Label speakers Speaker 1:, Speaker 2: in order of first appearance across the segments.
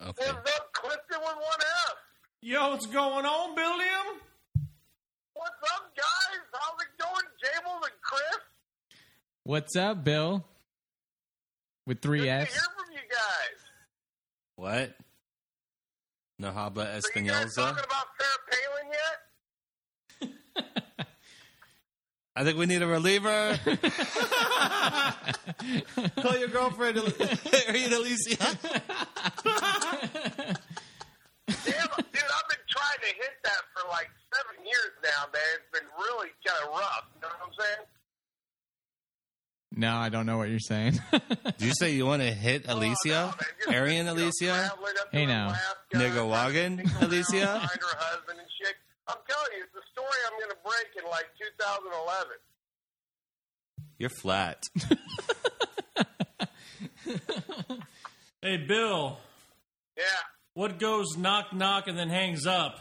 Speaker 1: Okay.
Speaker 2: What's up, Clifton with one F?
Speaker 3: Yo, what's going on, Billiam?
Speaker 2: What's up, guys? How's it going, Jables and Chris?
Speaker 4: What's up, Bill? With three
Speaker 2: Good to
Speaker 4: F's.
Speaker 2: hear from you guys.
Speaker 1: What? Nahaba
Speaker 2: Are you guys
Speaker 1: Espinosa.
Speaker 2: talking about Sarah Palin yet?
Speaker 1: I think we need a reliever.
Speaker 3: Call your girlfriend.
Speaker 1: Arian Alicia.
Speaker 2: Damn, dude, I've been trying to hit that for like seven years now, man. It's been really kind of rough. You know what I'm saying?
Speaker 4: No, I don't know what you're saying.
Speaker 1: Did you say you want to hit Alicia?
Speaker 2: Oh, man, just,
Speaker 1: Arian
Speaker 2: you know,
Speaker 1: Alicia?
Speaker 2: traveling up to
Speaker 4: Hey, now.
Speaker 2: Alaska,
Speaker 1: Nigga Wagon,
Speaker 2: having single
Speaker 1: Alicia?
Speaker 2: moms Find her husband and shit. I'm telling you, it's the story I'm going to break in like 2011.
Speaker 1: You're flat.
Speaker 3: hey, Bill,
Speaker 2: Yeah.
Speaker 3: what goes knock knock and then hangs up?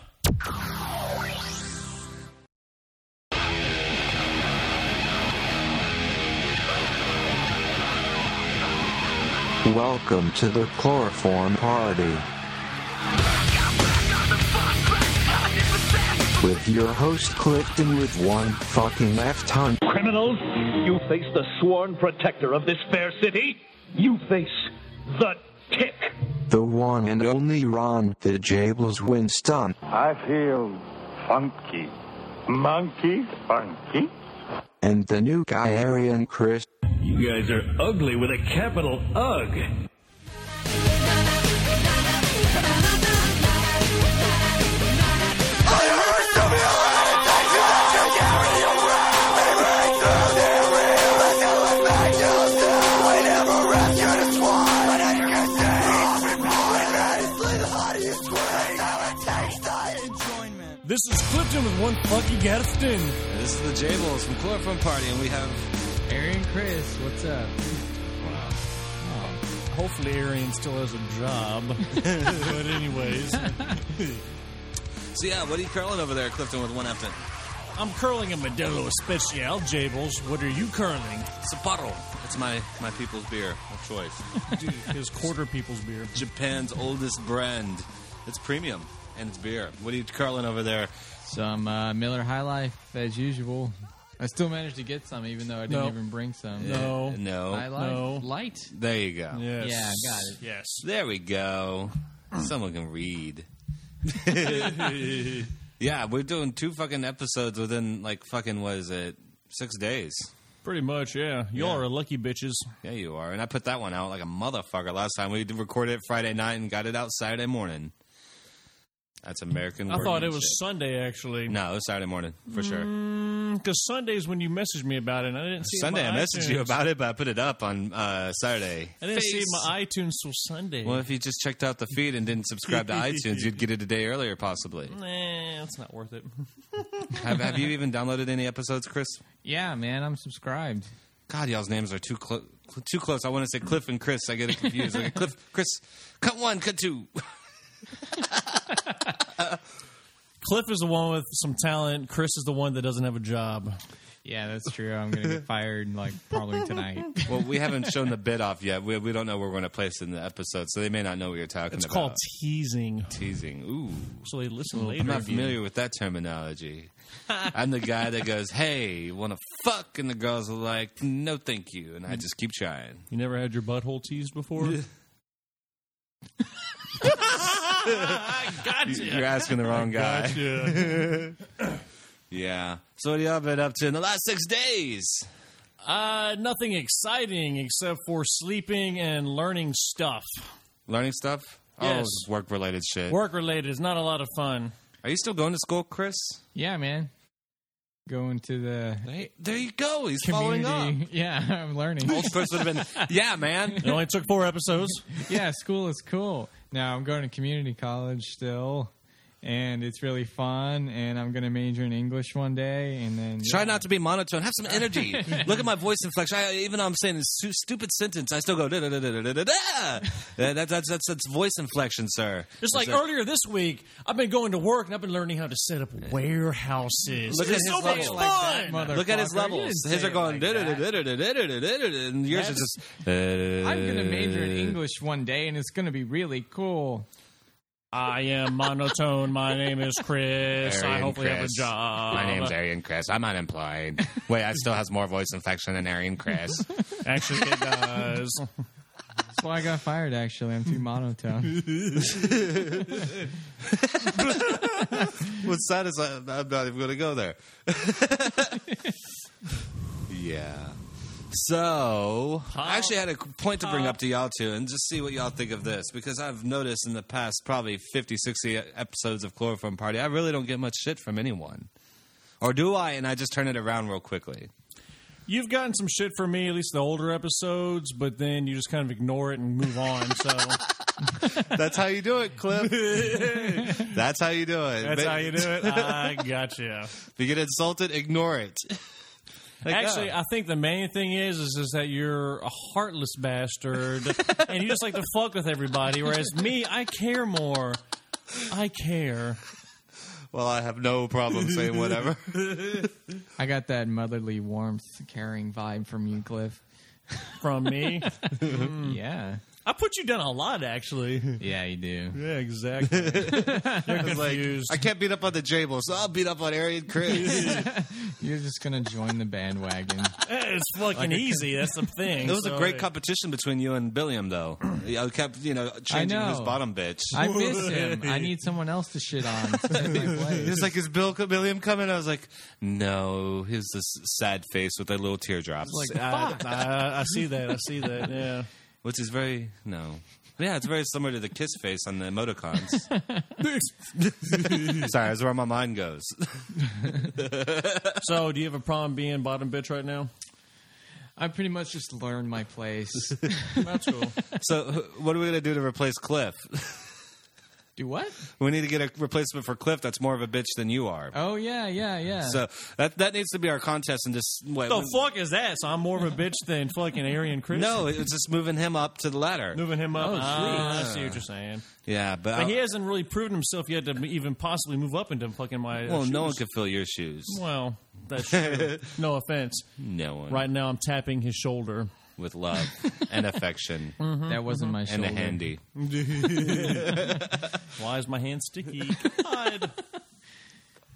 Speaker 5: Welcome to the chloroform party. With your host Clifton with one fucking F ton.
Speaker 6: criminals. You face the sworn protector of this fair city. You face the tick.
Speaker 5: The one and only Ron, the Jables Winston.
Speaker 7: I feel funky. Monkey funky?
Speaker 5: And the new guy Arian Chris.
Speaker 6: You guys are ugly with a capital UG.
Speaker 3: This is Clifton with one funky Gadsden.
Speaker 1: This is the Jables from Chloroform Party, and we have
Speaker 4: Aaron Chris, what's up?
Speaker 3: Hopefully, Arian still has a job. but anyways,
Speaker 1: So yeah, what are you curling over there, Clifton, with one F?
Speaker 3: I'm curling a Modelo Especial, Jables. What are you curling?
Speaker 1: Sapporo. It's my, my people's beer of choice.
Speaker 3: Dude, his quarter people's beer.
Speaker 1: Japan's oldest brand. It's premium, and it's beer. What are you curling over there?
Speaker 4: Some uh, Miller High Life as usual. I still managed to get some, even though I didn't
Speaker 3: No.
Speaker 4: even bring some.
Speaker 3: No.
Speaker 1: No.
Speaker 4: High Life
Speaker 3: No.
Speaker 4: light.
Speaker 1: There you go.
Speaker 3: Yes.
Speaker 4: Yeah, got it.
Speaker 3: Yes.
Speaker 1: There we go. Someone can read. yeah, we're doing two fucking episodes within like fucking what is it? Six days.
Speaker 3: Pretty much, yeah. Y'all
Speaker 1: Yeah.
Speaker 3: are lucky bitches.
Speaker 1: Yeah, you are. And I put that one out like a motherfucker last time. We recorded it Friday night and got it out Saturday morning. That's American.
Speaker 3: I thought it was Mm,
Speaker 1: workmanship.
Speaker 3: Sunday, actually.
Speaker 1: No, it was Saturday morning for sure.
Speaker 3: Because Sunday's when you messaged me about it, and I didn't see
Speaker 1: Sunday,
Speaker 3: it
Speaker 1: I
Speaker 3: in my
Speaker 1: messaged
Speaker 3: iTunes.
Speaker 1: you about it, but I put it up on uh, Saturday.
Speaker 3: I didn't see it
Speaker 1: Face.
Speaker 3: in my iTunes till Sunday.
Speaker 1: Well, if you just checked out the feed and didn't subscribe to iTunes, you'd get it a day earlier, possibly.
Speaker 3: Nah, it's not worth it.
Speaker 1: Have, have you even downloaded any episodes, Chris?
Speaker 4: Yeah, man, I'm subscribed.
Speaker 1: God, y'all's names are too close. Too close. I want to say Cliff and Chris. I get it confused. Like Cliff, Chris, cut one, cut two.
Speaker 3: Cliff is the one with some talent. Chris is the one that doesn't have a job.
Speaker 4: Yeah, that's true. I'm gonna get fired like probably tonight.
Speaker 1: Well, we haven't shown the bid off yet. We, we don't know where we're going to place it in the episode, so they may not know what you're talking
Speaker 3: It's
Speaker 1: about.
Speaker 3: called teasing.
Speaker 1: teasing. Ooh,
Speaker 3: So they listen later.
Speaker 1: I'm not familiar with that terminology. I'm the guy that goes, "Hey, you want to fuck?" and the girls are like, "No, thank you," and I just keep trying.
Speaker 3: You never had your butthole teased before?
Speaker 1: You're asking the wrong guy.
Speaker 3: gotcha.
Speaker 1: Yeah. So what have y'all been up to in the last six days?
Speaker 3: uh, nothing exciting except for sleeping and learning stuff.
Speaker 1: Learning stuff? Oh,
Speaker 3: Yes.
Speaker 1: it's work related shit.
Speaker 3: Work related is not a lot of fun.
Speaker 1: Are you still going to school, Chris?
Speaker 4: yeah, man. Going to the
Speaker 1: Hey, there you go. He's
Speaker 4: community.
Speaker 1: following up.
Speaker 4: Yeah, I'm learning.
Speaker 1: Old Chris would have been, yeah, man.
Speaker 3: It only took four episodes.
Speaker 4: yeah, school is cool. Now I'm going to community college still, and it's really fun. And I'm going to major in English one day, and then
Speaker 1: Try not to be monotone. Have some energy. Look at my voice inflection. I, even though I'm saying this stu- stupid sentence, I still go da da da da da da da. da. That- That's that's that's that's voice inflection, sir.
Speaker 3: Just like
Speaker 1: That's it.
Speaker 3: earlier this week, I've been going to work and I've been learning how to set up warehouses.
Speaker 1: Look at
Speaker 3: It's
Speaker 1: his
Speaker 3: so much
Speaker 1: level.
Speaker 3: fun.
Speaker 4: Mother-
Speaker 1: Look at his
Speaker 4: Motherfucker, you
Speaker 1: levels.
Speaker 4: didn't
Speaker 1: His
Speaker 4: say
Speaker 1: are
Speaker 4: it
Speaker 1: going da
Speaker 4: like
Speaker 1: da da
Speaker 4: that.
Speaker 1: da da da da da da da, and yours are
Speaker 4: That's-
Speaker 1: just. uh,
Speaker 4: I'm going to major in English one day, and it's going to be really cool.
Speaker 3: I am monotone. My name is Chris. I
Speaker 1: Arian
Speaker 3: hopefully have a
Speaker 1: Chris.
Speaker 3: job.
Speaker 1: My name's Arian Chris. I'm unemployed. Wait, I still has more voice inflection than Arian Chris.
Speaker 3: Actually, it does.
Speaker 4: That's why I got fired. Actually, I'm too monotone.
Speaker 1: What's sad is I, I'm not even going to go there. yeah. So I actually had a point to bring up to y'all too, and just see what y'all think of this because I've noticed in the past probably 50, 60 episodes of Chloroform Party, I really don't get much shit from anyone, or do I? And I just turn it around real quickly.
Speaker 3: You've gotten some shit from me, at least the older episodes, but then you just kind of ignore it and move on. So
Speaker 1: That's how you do it, Cliff. That's how you do it.
Speaker 3: that's how you do it. I gotcha.
Speaker 1: If you get insulted, ignore it. Like,
Speaker 3: Actually,
Speaker 1: oh.
Speaker 3: I think the main thing is, is is that you're a heartless bastard, and you just like to fuck with everybody. Whereas me, I care more. I care.
Speaker 1: well, I have no problem saying whatever.
Speaker 4: I got that motherly warmth, caring vibe from you, Cliff.
Speaker 3: from me.
Speaker 1: Hmm.
Speaker 4: Yeah,
Speaker 3: I put you down a lot, actually.
Speaker 4: yeah, you do.
Speaker 3: Yeah, exactly. You're confused.
Speaker 1: I can't beat up on the Jable, so I'll beat up on Arian Chris.
Speaker 4: You're just going to join the bandwagon.
Speaker 3: it's fucking easy. That's the thing.
Speaker 1: it was
Speaker 3: So,
Speaker 1: a great
Speaker 3: uh,
Speaker 1: competition between you and Billiam, though. I kept, you know, changing
Speaker 4: know.
Speaker 1: who's bottom bitch.
Speaker 4: I miss him. I need someone else to shit on. to take my
Speaker 1: He
Speaker 4: place.
Speaker 1: was like, "Is Bill Billiam coming?" I was like, "No." He was this sad face with a little teardrops,
Speaker 3: Like, I, I, I see that. I see that. Yeah.
Speaker 1: which is very no. Yeah, it's very similar to the kiss face on the emoticons. Sorry, that's where my mind goes.
Speaker 3: So, do you have a problem being bottom bitch right now?
Speaker 4: I pretty much just learned my place.
Speaker 3: That's cool.
Speaker 1: So, wh- what are we gonna do to replace Cliff?
Speaker 4: Do what?
Speaker 1: We need to get a replacement for Cliff that's more of a bitch than you are.
Speaker 4: Oh yeah, yeah, yeah.
Speaker 1: So that that needs to be our contest in this way.
Speaker 3: the fuck is that? So I'm more of a bitch than fucking Arian Chris.
Speaker 1: No, it's just moving him up to the ladder.
Speaker 3: Moving him up.
Speaker 4: Oh,
Speaker 3: Ah, I see what you're saying.
Speaker 1: Yeah, but,
Speaker 3: But
Speaker 1: I-
Speaker 3: he hasn't really proven himself yet to even possibly move up into fucking my. uh,
Speaker 1: well, no one
Speaker 3: shoes.
Speaker 1: could fill your shoes.
Speaker 3: Well, that's true. no offense.
Speaker 1: No one.
Speaker 3: Right now, I'm tapping his shoulder.
Speaker 1: With love and affection
Speaker 4: that wasn't my
Speaker 1: and
Speaker 4: shoulder.
Speaker 1: a handy.
Speaker 3: Why is my hand sticky? God.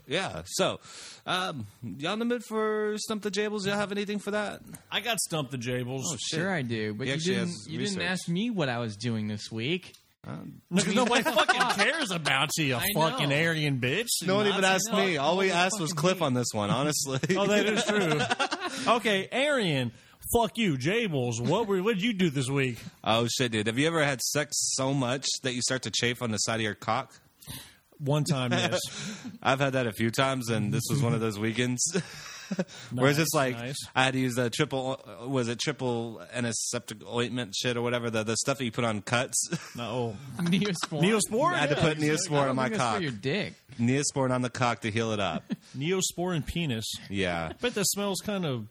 Speaker 1: Yeah. So, um, y'all in the mood for Stump the Jables? Y'all have anything for that?
Speaker 3: I got stumped the Jables.
Speaker 1: Oh,
Speaker 4: Oh, Sure, I do. But
Speaker 1: He
Speaker 4: you
Speaker 1: actually
Speaker 4: didn't.
Speaker 1: has
Speaker 4: You
Speaker 1: research.
Speaker 4: didn't ask me what I was doing this week.
Speaker 3: No, 'cause nobody fucking cares about you, you
Speaker 4: I know.
Speaker 3: fucking Aryan bitch.
Speaker 1: No one even asked
Speaker 4: me.
Speaker 1: me. All we asked was Cliff on this one, honestly.
Speaker 3: Oh, that is true. okay, Arian, fuck you, Jables. What were what did you do this week?
Speaker 1: oh, shit, dude. Have you ever had sex so much that you start to chafe on the side of your cock?
Speaker 3: One time, yes.
Speaker 1: I've had that a few times, and this was one of those weekends. Where it's just
Speaker 3: Nice,
Speaker 1: like
Speaker 3: nice.
Speaker 1: I had to use the triple uh, was it triple antiseptic ointment shit or whatever the the stuff that you put on cuts.
Speaker 3: No.
Speaker 4: Neosporin.
Speaker 3: Neosporin?
Speaker 1: I had to put Neosporin on my
Speaker 4: think that's
Speaker 1: cock,
Speaker 4: for your dick.
Speaker 1: Neosporin on the cock to heal it up.
Speaker 3: Neosporin penis.
Speaker 1: Yeah.
Speaker 3: Bet that smells kind of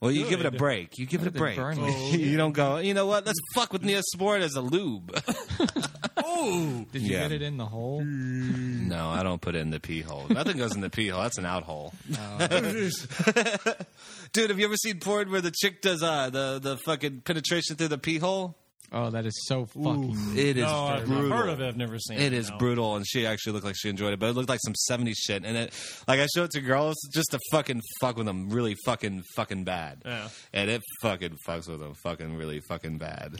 Speaker 1: Well, you give it a
Speaker 3: Good.
Speaker 1: break. You give it a
Speaker 4: They
Speaker 1: break.
Speaker 4: burn Oh, me.
Speaker 1: You don't go. You know what? Let's fuck with Neosporin as a lube.
Speaker 4: Oh, Did you
Speaker 1: Yeah.
Speaker 4: get it in the hole?
Speaker 1: No, I don't put it in the pee hole. Nothing goes in the pee hole. That's an out hole. Dude, have you ever seen porn where the chick does uh, the the fucking penetration through the pee hole?
Speaker 4: Oh, that is so fucking.
Speaker 1: It is
Speaker 3: No, Oh, I've
Speaker 1: brutal.
Speaker 3: heard of it. I've never seen it.
Speaker 1: It is
Speaker 3: no.
Speaker 1: brutal, and she actually looked like she enjoyed it, but it looked like some '70s shit. And it, like, I showed it to girls just to fucking fuck with them, really fucking fucking bad.
Speaker 3: Yeah.
Speaker 1: And it fucking fucks with them, fucking really fucking bad.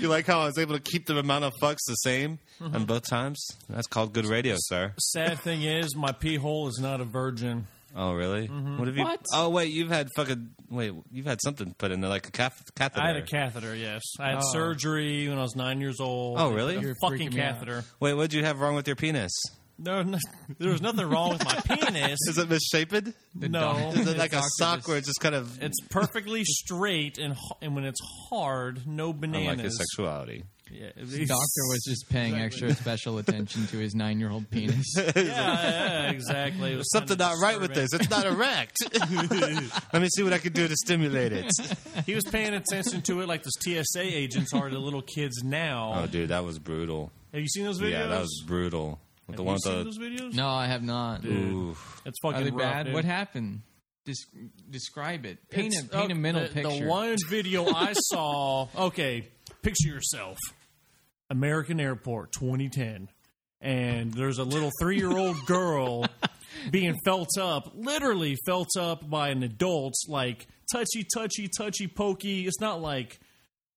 Speaker 1: you like how I was able to keep the amount of fucks the same
Speaker 3: Mm-hmm.
Speaker 1: on both times? That's called good radio, sir.
Speaker 3: Sad thing is, my pee hole is not a virgin.
Speaker 1: Oh, really?
Speaker 3: Mm-hmm.
Speaker 1: What have you?
Speaker 4: What?
Speaker 1: Oh, wait, you've had fucking wait, you've had something put in there like a cath- catheter.
Speaker 3: I had a catheter, yes. I had
Speaker 4: Oh.
Speaker 3: surgery when I was nine years old.
Speaker 1: Oh, really?
Speaker 3: A
Speaker 1: You're
Speaker 3: fucking
Speaker 4: freaking me out.
Speaker 3: catheter.
Speaker 1: Wait, what'd you have wrong with your penis?
Speaker 3: No, no, there was nothing wrong with my penis.
Speaker 1: Is it misshapen?
Speaker 3: no,
Speaker 4: doctor-
Speaker 1: Is it like a
Speaker 4: doctor
Speaker 1: sock
Speaker 4: just-
Speaker 1: where it's just kind of
Speaker 3: it's perfectly straight, and h- and when it's hard, no
Speaker 1: I like
Speaker 3: bananas.
Speaker 1: his sexuality.
Speaker 3: Yeah,
Speaker 4: The doctor was just paying extra special attention to his nine-year-old penis.
Speaker 3: Yeah, yeah, exactly. It was
Speaker 1: Something
Speaker 3: kinda
Speaker 1: not right with
Speaker 3: disturbing.
Speaker 1: this. It's not erect. Let me see what I can do to stimulate it.
Speaker 3: He was paying attention to it like those TSA agents are to little kids now.
Speaker 1: Oh, dude, that was brutal.
Speaker 3: Have you seen those videos?
Speaker 1: Yeah, that was brutal.
Speaker 3: Have
Speaker 1: The
Speaker 3: you
Speaker 1: one
Speaker 3: seen
Speaker 1: with
Speaker 3: those videos?
Speaker 4: No, I have not.
Speaker 1: the
Speaker 3: Dude,
Speaker 1: oof.
Speaker 3: It's
Speaker 4: Are they
Speaker 3: fucking rough,
Speaker 4: bad?
Speaker 3: dude.
Speaker 4: What happened? Des- describe it. Paint a
Speaker 3: It's-
Speaker 4: paint a
Speaker 3: oh,
Speaker 4: mental
Speaker 3: the,
Speaker 4: picture.
Speaker 3: The one video I saw. Okay, picture yourself, American Airport, 2010, and there's a little three-year-old girl being felt up, literally felt up by an adult, like touchy, touchy, touchy, pokey. It's not like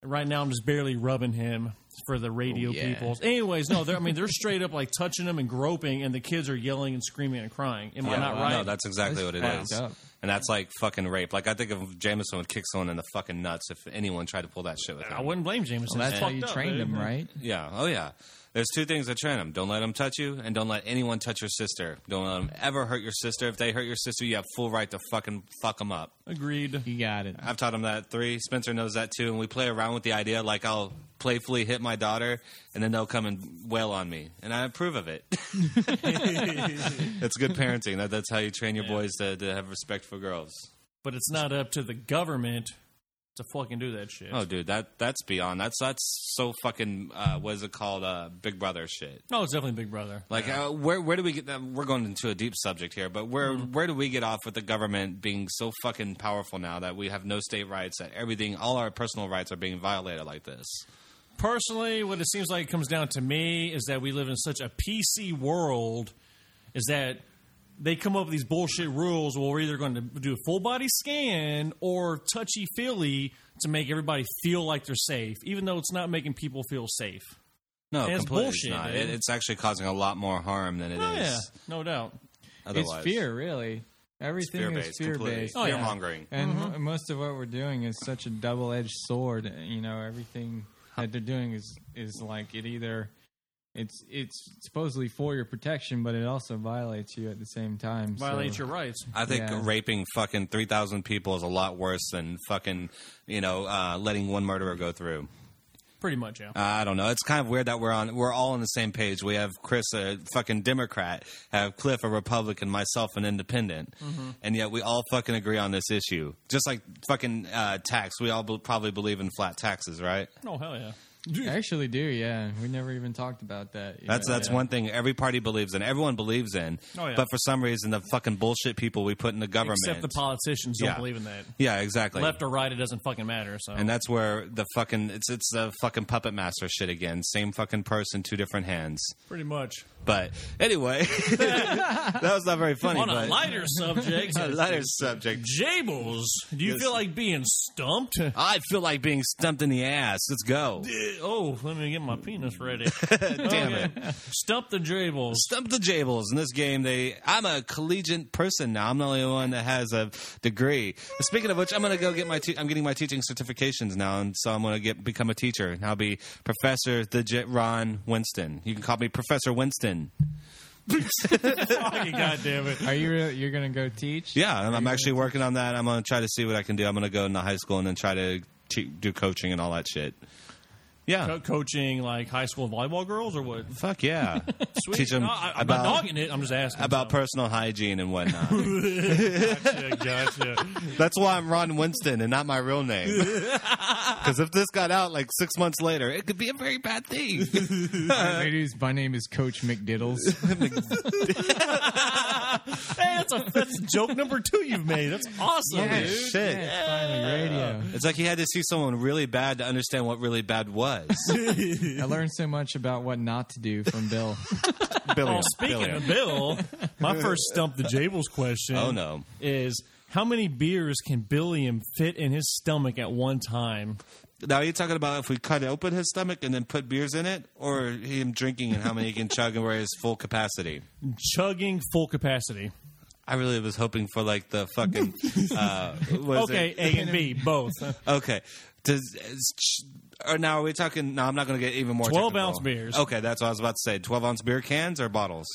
Speaker 3: right now I'm just barely rubbing him for the radio
Speaker 4: Oh, yeah.
Speaker 3: people. Anyways, no, they're, I mean they're straight up like touching him and groping, and the kids are yelling and screaming and crying. Am I
Speaker 1: Yeah,
Speaker 3: not right?
Speaker 1: No, that's exactly what
Speaker 4: That's
Speaker 1: it is.
Speaker 4: fucked up.
Speaker 1: And that's like fucking rape. Like I think if Jameson would kick someone in the fucking nuts if anyone tried to pull that shit with him.
Speaker 3: I wouldn't blame Jameson.
Speaker 4: Well,
Speaker 3: It's
Speaker 4: Oh, that's how
Speaker 3: fucked
Speaker 4: you
Speaker 3: up,
Speaker 4: trained
Speaker 3: dude.
Speaker 4: him, right?
Speaker 1: Yeah. Oh yeah. There's two things that train them. Don't let them touch you, and don't let anyone touch your sister. Don't let them ever hurt your sister. If they hurt your sister, you have full right to fucking fuck them up.
Speaker 3: Agreed.
Speaker 4: You got it.
Speaker 1: I've taught him that three. Spencer knows that too, and we play around with the idea. Like I'll playfully hit my daughter, and then they'll come and wail on me, and I approve of it. That's good parenting. That, that's how you train your boys to, to have respect for girls.
Speaker 3: but it's not up to the government to fucking do that shit.
Speaker 1: Oh, dude, that that's beyond. That's that's so fucking. Uh, what is it called? Uh, Big Brother shit.
Speaker 3: No, it's definitely Big Brother.
Speaker 1: Like, uh, where where do we get that? We're going into a deep subject here, but where where do we get off with the government being so fucking powerful now that we have no state rights, that everything, all our personal rights are being violated like this?
Speaker 3: Personally, what it seems like comes down to me is that we live in such a PC world is that they come up with these bullshit rules where we're either going to do a full body scan or touchy feely to make everybody feel like they're safe, even though it's not making people feel safe.
Speaker 1: No,
Speaker 3: That's
Speaker 1: completely it's
Speaker 3: bullshit,
Speaker 1: not.
Speaker 3: dude.
Speaker 1: It, it's actually causing a lot more harm than it is.
Speaker 3: Oh, yeah, no doubt.
Speaker 1: Otherwise,
Speaker 4: It's fear, really. Everything
Speaker 1: Fear-based,
Speaker 4: is fear
Speaker 1: completely.
Speaker 4: based.
Speaker 3: Oh, mm-hmm. yeah.
Speaker 1: Fear-mongering.
Speaker 4: And mo- most of what we're doing is such a double edged sword. You know, everything that they're doing is is like it either it's it's supposedly for your protection, but it also violates you at the same time. so-
Speaker 3: Violate your rights.
Speaker 1: I think
Speaker 4: Yeah.
Speaker 1: raping fucking 3,000 people is a lot worse than fucking, you know, uh, letting one murderer go through.
Speaker 3: Pretty much, yeah.
Speaker 1: I don't know. It's kind of weird that we're on. We're all on the same page. We have Chris, a fucking Democrat, have Cliff, a Republican, myself, an Independent, and yet we all fucking agree on this issue. Just like fucking uh, tax, we all be- probably believe in flat taxes, right?
Speaker 3: oh, hell yeah.
Speaker 4: I actually do, yeah. We never even talked about that. you
Speaker 1: That's
Speaker 4: know,
Speaker 1: that's
Speaker 4: yeah.
Speaker 1: one thing every party believes in. Everyone believes in.
Speaker 3: Oh, yeah.
Speaker 1: But for some reason, the fucking bullshit people we put in the government.
Speaker 3: Except the politicians don't
Speaker 1: Yeah.
Speaker 3: believe in that.
Speaker 1: yeah, exactly.
Speaker 3: Left or right, it doesn't fucking matter. So
Speaker 1: and that's where the fucking it's it's the fucking puppet master shit again. Same fucking person, two different hands.
Speaker 3: pretty much.
Speaker 1: But anyway, that was not very funny.
Speaker 3: On a
Speaker 1: but-
Speaker 3: lighter subject,
Speaker 1: a lighter subject.
Speaker 3: Jables, do you
Speaker 1: Yes.
Speaker 3: feel like being stumped? Uh,
Speaker 1: I feel like being stumped in the ass. Let's go.
Speaker 3: Oh, let me get my penis ready.
Speaker 1: Damn it.
Speaker 3: Stump the Jables.
Speaker 1: Stump the Jables. In this game, they I'm a collegiate person now. I'm the only one that has a degree. Speaking of which, I'm gonna go get my te- I'm getting my teaching certifications now, and so I'm gonna get become a teacher. And I'll be Professor the J- Ron Winston. You can call me Professor Winston.
Speaker 3: Fucking goddamn it.
Speaker 4: Are you re- you're gonna go teach?
Speaker 1: Yeah, and I'm actually working on that. I'm gonna try to see what I can do. I'm gonna go into high school and then try to te- do coaching and all that shit. Yeah.
Speaker 3: Co- coaching like high school volleyball girls or what?
Speaker 1: Fuck yeah.
Speaker 3: Sweet.
Speaker 1: Teach 'em
Speaker 3: No, I, am
Speaker 1: about-
Speaker 3: not dogging it. I'm just asking.
Speaker 1: About personal hygiene and whatnot.
Speaker 3: Yeah, gotcha.
Speaker 1: That's why I'm Ron Winston and not my real name. Because if this got out like six months later, it could be a very bad thing.
Speaker 4: Ladies, my name is Coach McDiddles.
Speaker 3: hey, that's, a, that's joke number two you've made. That's awesome.
Speaker 1: Holy
Speaker 3: dude.
Speaker 1: shit.
Speaker 4: Yeah, finally radio.
Speaker 1: It's like he had to see someone really bad to understand what really bad was.
Speaker 4: I learned so much about what not to do from Bill.
Speaker 1: Billion.
Speaker 3: Well, speaking
Speaker 1: Billion.
Speaker 3: of Bill, my first stump the Jables question.
Speaker 1: Oh, no.
Speaker 3: Is how many beers can Billiam fit in his stomach at one time?
Speaker 1: Now, are you talking about if we cut open his stomach and then put beers in it, or him drinking and how many he can chug and where his full capacity?
Speaker 3: Chugging full capacity.
Speaker 1: I really was hoping for like the fucking. Uh, what is
Speaker 3: Okay,
Speaker 1: it?
Speaker 3: A and B both.
Speaker 1: Okay. Does is ch- or now are we talking? No, I'm not going to get even more.
Speaker 3: 12
Speaker 1: technical.
Speaker 3: ounce beers.
Speaker 1: Okay, that's what I was about to say. Twelve ounce beer cans or bottles?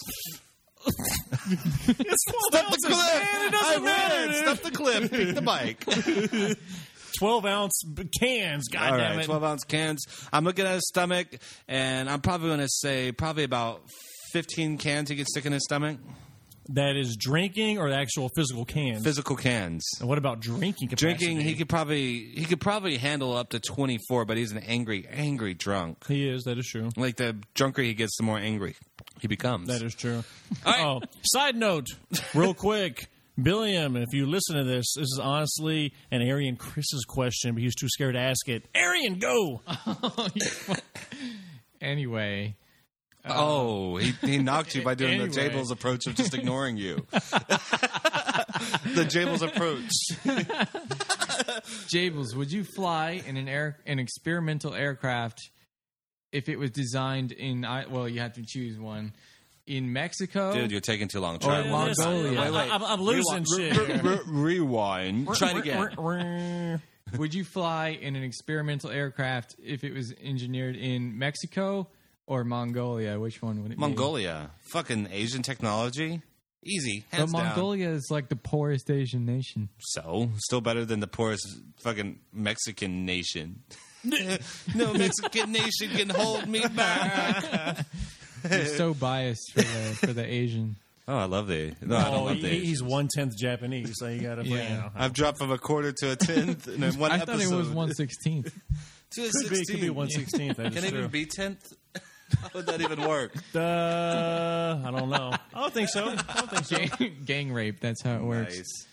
Speaker 3: Stop the
Speaker 1: I win. Stuff the clip. Beat the mic.
Speaker 3: twelve ounce b- cans. God
Speaker 1: All
Speaker 3: damn
Speaker 1: right,
Speaker 3: it!
Speaker 1: 12 ounce cans. I'm looking at his stomach, and I'm probably going to say probably about 15 cans he gets sick in his stomach.
Speaker 3: That is drinking or the actual physical cans.
Speaker 1: Physical cans.
Speaker 3: and what about drinking? Capacity?
Speaker 1: Drinking, he could probably he could probably handle up to 24, but he's an angry, angry drunk.
Speaker 3: He is. That is true.
Speaker 1: Like the drunker he gets, the more angry he becomes.
Speaker 3: That is true.
Speaker 1: right.
Speaker 3: Oh, side note, real quick. Billiam, if you listen to this, this is honestly an Arian Chris's question, but he was too scared to ask it. Arian, go!
Speaker 4: Anyway,
Speaker 1: Oh, he, he knocked you by doing the
Speaker 4: Anyway.
Speaker 1: Jables approach of just ignoring you. the Jables approach.
Speaker 4: Jables, would you fly in an air an experimental aircraft if it was designed in? I Well, you have to choose one in Mexico.
Speaker 1: Dude, you're taking too long.
Speaker 4: Or
Speaker 1: Charlie.
Speaker 4: Mongolia.
Speaker 1: Wait, wait.
Speaker 3: I, am I'm losing
Speaker 1: Rewind.
Speaker 3: shit.
Speaker 1: Re- re- rewind. Try it again.
Speaker 4: Would you fly in an experimental aircraft if it was engineered in Mexico or Mongolia? Which one would it be?
Speaker 1: Mongolia. Fucking Asian technology. Easy.
Speaker 4: But
Speaker 1: Hands down.
Speaker 4: Mongolia is like the poorest Asian nation.
Speaker 1: So, still better than the poorest fucking Mexican nation. no Mexican nation can hold me back.
Speaker 4: You're so biased for the for the Asian.
Speaker 1: Oh, I love the. No, I don't
Speaker 3: Oh,
Speaker 1: love the.
Speaker 3: he, he's
Speaker 1: Asians.
Speaker 3: one tenth Japanese, so you gotta.
Speaker 4: Yeah.
Speaker 3: You know.
Speaker 1: I've dropped from a quarter to a tenth, and then one
Speaker 4: I
Speaker 1: episode.
Speaker 4: thought it was one sixteenth.
Speaker 1: to a
Speaker 3: Could be, could be
Speaker 1: 16.
Speaker 3: one sixteenth. That is
Speaker 1: Can it
Speaker 3: true.
Speaker 1: even be tenth? How would that even work?
Speaker 3: Uh, I don't know. I don't think so. I don't think so.
Speaker 4: gang, gang rape. That's how it works.
Speaker 1: Nice.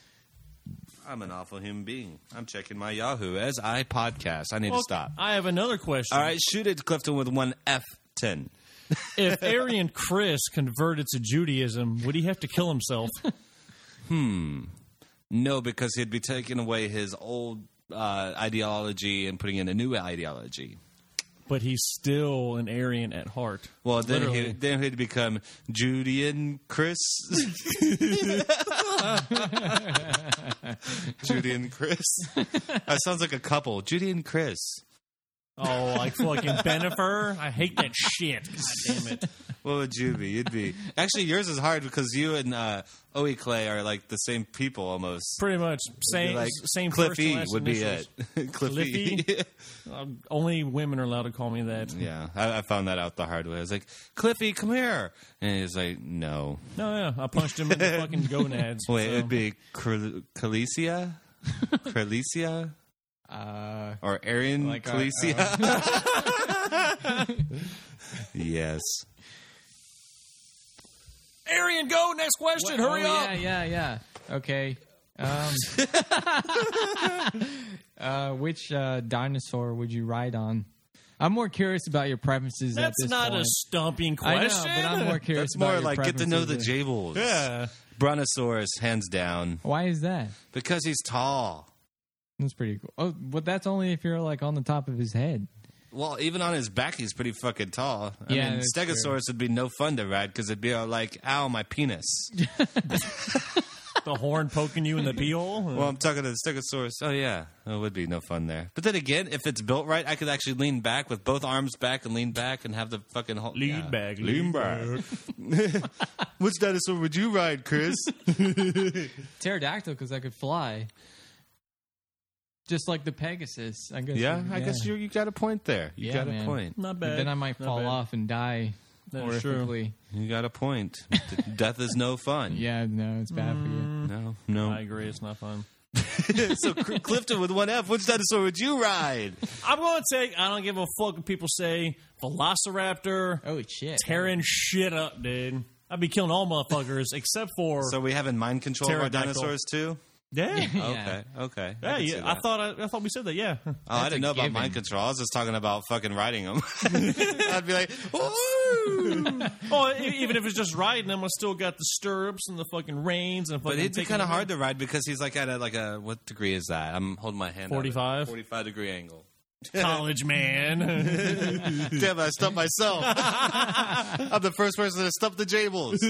Speaker 1: I'm an awful human being. I'm checking my Yahoo as I podcast. I need to stop.
Speaker 3: I have another question.
Speaker 1: All right, shoot it, Clifton, with one F ten.
Speaker 3: If Arian Chris converted to Judaism, would he have to kill himself?
Speaker 1: No, because he'd be taking away his old uh, ideology and putting in a new ideology.
Speaker 3: But he's still an Arian at heart.
Speaker 1: Well, then
Speaker 3: Literally.
Speaker 1: he'd, then he'd become Judean Chris. Judean Chris. That sounds like a couple. Judean Chris.
Speaker 3: Oh, like fucking Benifer. I hate that shit. God damn it.
Speaker 1: What would you be? You'd be actually yours is hard because you and uh, Oe Clay are like the same people almost.
Speaker 3: Pretty much same
Speaker 1: You're like
Speaker 3: same
Speaker 1: Cliff
Speaker 3: first and
Speaker 1: E
Speaker 3: last
Speaker 1: would be
Speaker 3: initials.
Speaker 1: it. Cliff E.
Speaker 3: Um, only women are allowed to call me that.
Speaker 1: yeah, I, I found that out the hard way. I was like, Cliffy, come here, and he's like, No,
Speaker 3: No, Oh, yeah, I punched him in the fucking gonads.
Speaker 1: wait,
Speaker 3: so.
Speaker 1: it'd be Cre- Calicia, Calicia,
Speaker 4: Uh,
Speaker 1: or Arian
Speaker 4: Like, uh,
Speaker 1: Calicia. yes,
Speaker 3: Arian, go next question. Hurry
Speaker 4: oh,
Speaker 3: up.
Speaker 4: Yeah, yeah, yeah. Okay. Um, uh, which uh, dinosaur would you ride on? I'm more curious about your preferences. at
Speaker 3: That's
Speaker 4: this
Speaker 3: not
Speaker 4: point.
Speaker 3: a stomping
Speaker 4: I know,
Speaker 3: question.
Speaker 4: but I'm more curious.
Speaker 1: that's more
Speaker 4: about
Speaker 1: like
Speaker 4: your
Speaker 1: get to know the
Speaker 4: preferences.
Speaker 1: Jables.
Speaker 3: yeah.
Speaker 1: Brontosaurus, hands down,
Speaker 4: Why is that?
Speaker 1: because he's tall.
Speaker 4: That's pretty cool. Oh, but that's only if you're like on the top of his head.
Speaker 1: Well, even on his back, he's pretty fucking tall. I
Speaker 4: Yeah,
Speaker 1: mean,
Speaker 4: that's
Speaker 1: Stegosaurus would be no fun to ride because it'd be all like, ow, my penis.
Speaker 3: The horn poking you in the pee hole.
Speaker 1: well, I'm talking to the Stegosaurus. Oh, yeah. It would be no fun there. But then again, if it's built right, I could actually lean back with both arms back and lean back and have the fucking whole.
Speaker 3: Lean
Speaker 1: yeah.
Speaker 3: back,
Speaker 1: Lean
Speaker 3: lean
Speaker 1: back. Which dinosaur would you ride, Chris?
Speaker 4: Pterodactyl, because I could fly. Just like the Pegasus, I guess.
Speaker 1: yeah, I guess you you got a point there. You
Speaker 4: Yeah,
Speaker 1: got a
Speaker 4: man.
Speaker 1: point.
Speaker 3: Not bad.
Speaker 4: But then I might
Speaker 3: Not
Speaker 4: fall
Speaker 3: bad.
Speaker 4: off and die
Speaker 3: That is true.
Speaker 4: horrifically.
Speaker 1: You got a point. Death is no fun.
Speaker 4: Yeah, no, it's bad for you.
Speaker 1: No, no.
Speaker 3: I agree. It's not fun.
Speaker 1: so Cl- Clifton with one F. Which dinosaur would you ride?
Speaker 3: I'm going to take. I don't give a fuck what people say. Velociraptor
Speaker 4: Oh shit!
Speaker 3: tearing shit up, dude. I'd be killing all motherfuckers except for
Speaker 1: So we having mind control of our
Speaker 3: Pterodactyl.
Speaker 1: dinosaurs too?
Speaker 3: yeah.
Speaker 4: Yeah.
Speaker 1: Okay, okay.
Speaker 3: Yeah,
Speaker 1: can
Speaker 3: yeah,
Speaker 1: see
Speaker 3: I
Speaker 1: that.
Speaker 3: thought I, I thought we said that. Yeah,
Speaker 1: Oh, I didn't
Speaker 4: a
Speaker 1: know about
Speaker 4: given.
Speaker 1: mind control. I was just talking about fucking riding them. I'd be like, ooh.
Speaker 3: Oh, e- even if it's just riding him, I still got the stirrups and the fucking reins and fucking.
Speaker 1: But it'd be kind of hard to ride because he's like at a like a what degree is that? I'm holding my hand. out at a
Speaker 3: 45?
Speaker 1: Forty-five degree angle.
Speaker 3: college man.
Speaker 1: Damn, it, I stumped myself. I'm the first person to stump the Jables.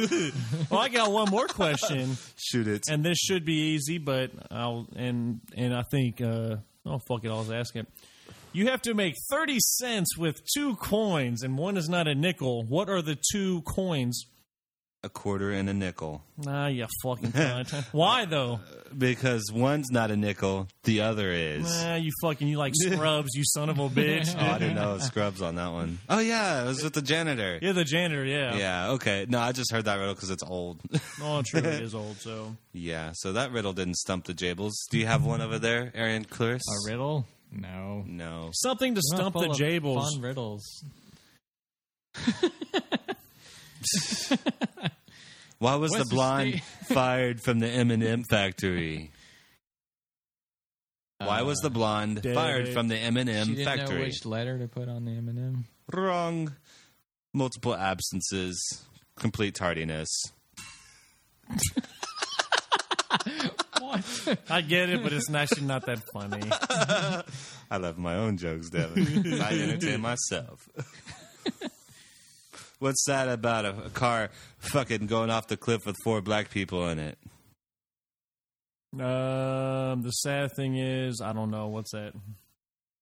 Speaker 3: well, I got one more question,
Speaker 1: Shoot it.
Speaker 3: and this should be easy, but I'll and and I think uh, oh fuck it, I'll just ask it. You have to make thirty cents with two coins, and one is not a nickel. What are the two coins?
Speaker 1: a quarter, and a nickel.
Speaker 3: Nah, you fucking cunt. Why though?
Speaker 1: Because one's not a nickel, the other is.
Speaker 3: Nah, you fucking you like scrubs, you son of a bitch.
Speaker 1: Oh, I didn't know it was Scrubs on that one. Oh, yeah, it was with the janitor.
Speaker 3: You're the janitor, yeah.
Speaker 1: Yeah, okay. No, I just heard that riddle because it's old.
Speaker 3: Oh, true, it is old. So
Speaker 1: yeah, so that riddle didn't stump the Jables. Do you have one over there, Arian Clarice?
Speaker 4: A riddle? No.
Speaker 1: No.
Speaker 3: something to
Speaker 4: I'm
Speaker 3: stump
Speaker 4: full
Speaker 3: the
Speaker 4: of
Speaker 3: Jables.
Speaker 4: Fun riddles.
Speaker 1: Why was
Speaker 4: What's
Speaker 1: the
Speaker 4: the
Speaker 1: blonde fired from the M&M factory? Why was the blonde
Speaker 3: Dead.
Speaker 1: fired from the
Speaker 4: Uh, she
Speaker 1: M&M
Speaker 4: didn't know
Speaker 1: factory?
Speaker 4: which letter to put on the M and M.
Speaker 1: Wrong. Multiple absences. Complete tardiness.
Speaker 3: I get it, but it's actually not that funny.
Speaker 1: I love my own jokes, Devin. I entertain myself. What's that about a, a car fucking going off the cliff with four black people in it?
Speaker 3: Um, the sad thing is, I don't know what's that.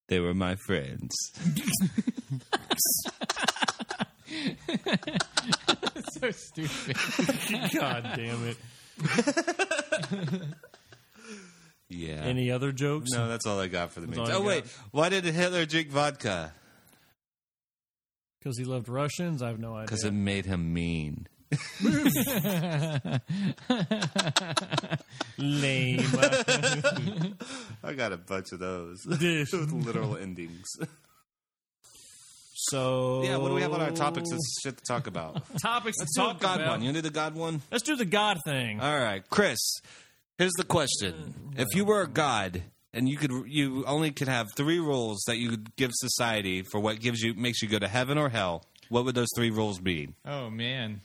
Speaker 1: They were my friends.
Speaker 4: So stupid.
Speaker 3: God damn it!
Speaker 1: Yeah.
Speaker 3: Any other jokes?
Speaker 1: no, that's all I got for the meeting.
Speaker 3: all
Speaker 1: Oh
Speaker 3: you
Speaker 1: wait, why did Hitler drink vodka?
Speaker 3: Because he loved Russians. I have no
Speaker 1: Because
Speaker 3: idea.
Speaker 1: it made him mean.
Speaker 3: Lame.
Speaker 1: I got a bunch of those
Speaker 3: Dude.
Speaker 1: with literal endings.
Speaker 3: so
Speaker 1: Yeah, what do we have on our topics? It's shit to talk about.
Speaker 3: topics to
Speaker 1: Let's do
Speaker 3: talk
Speaker 1: the God
Speaker 3: about.
Speaker 1: one. You do the God one.
Speaker 3: Let's do the God thing.
Speaker 1: All right, Chris. Here's the question: If you were a god and you could, you only could have three rules that you could give society for what gives you makes you go to heaven or hell. What would those three rules be?
Speaker 4: Oh man.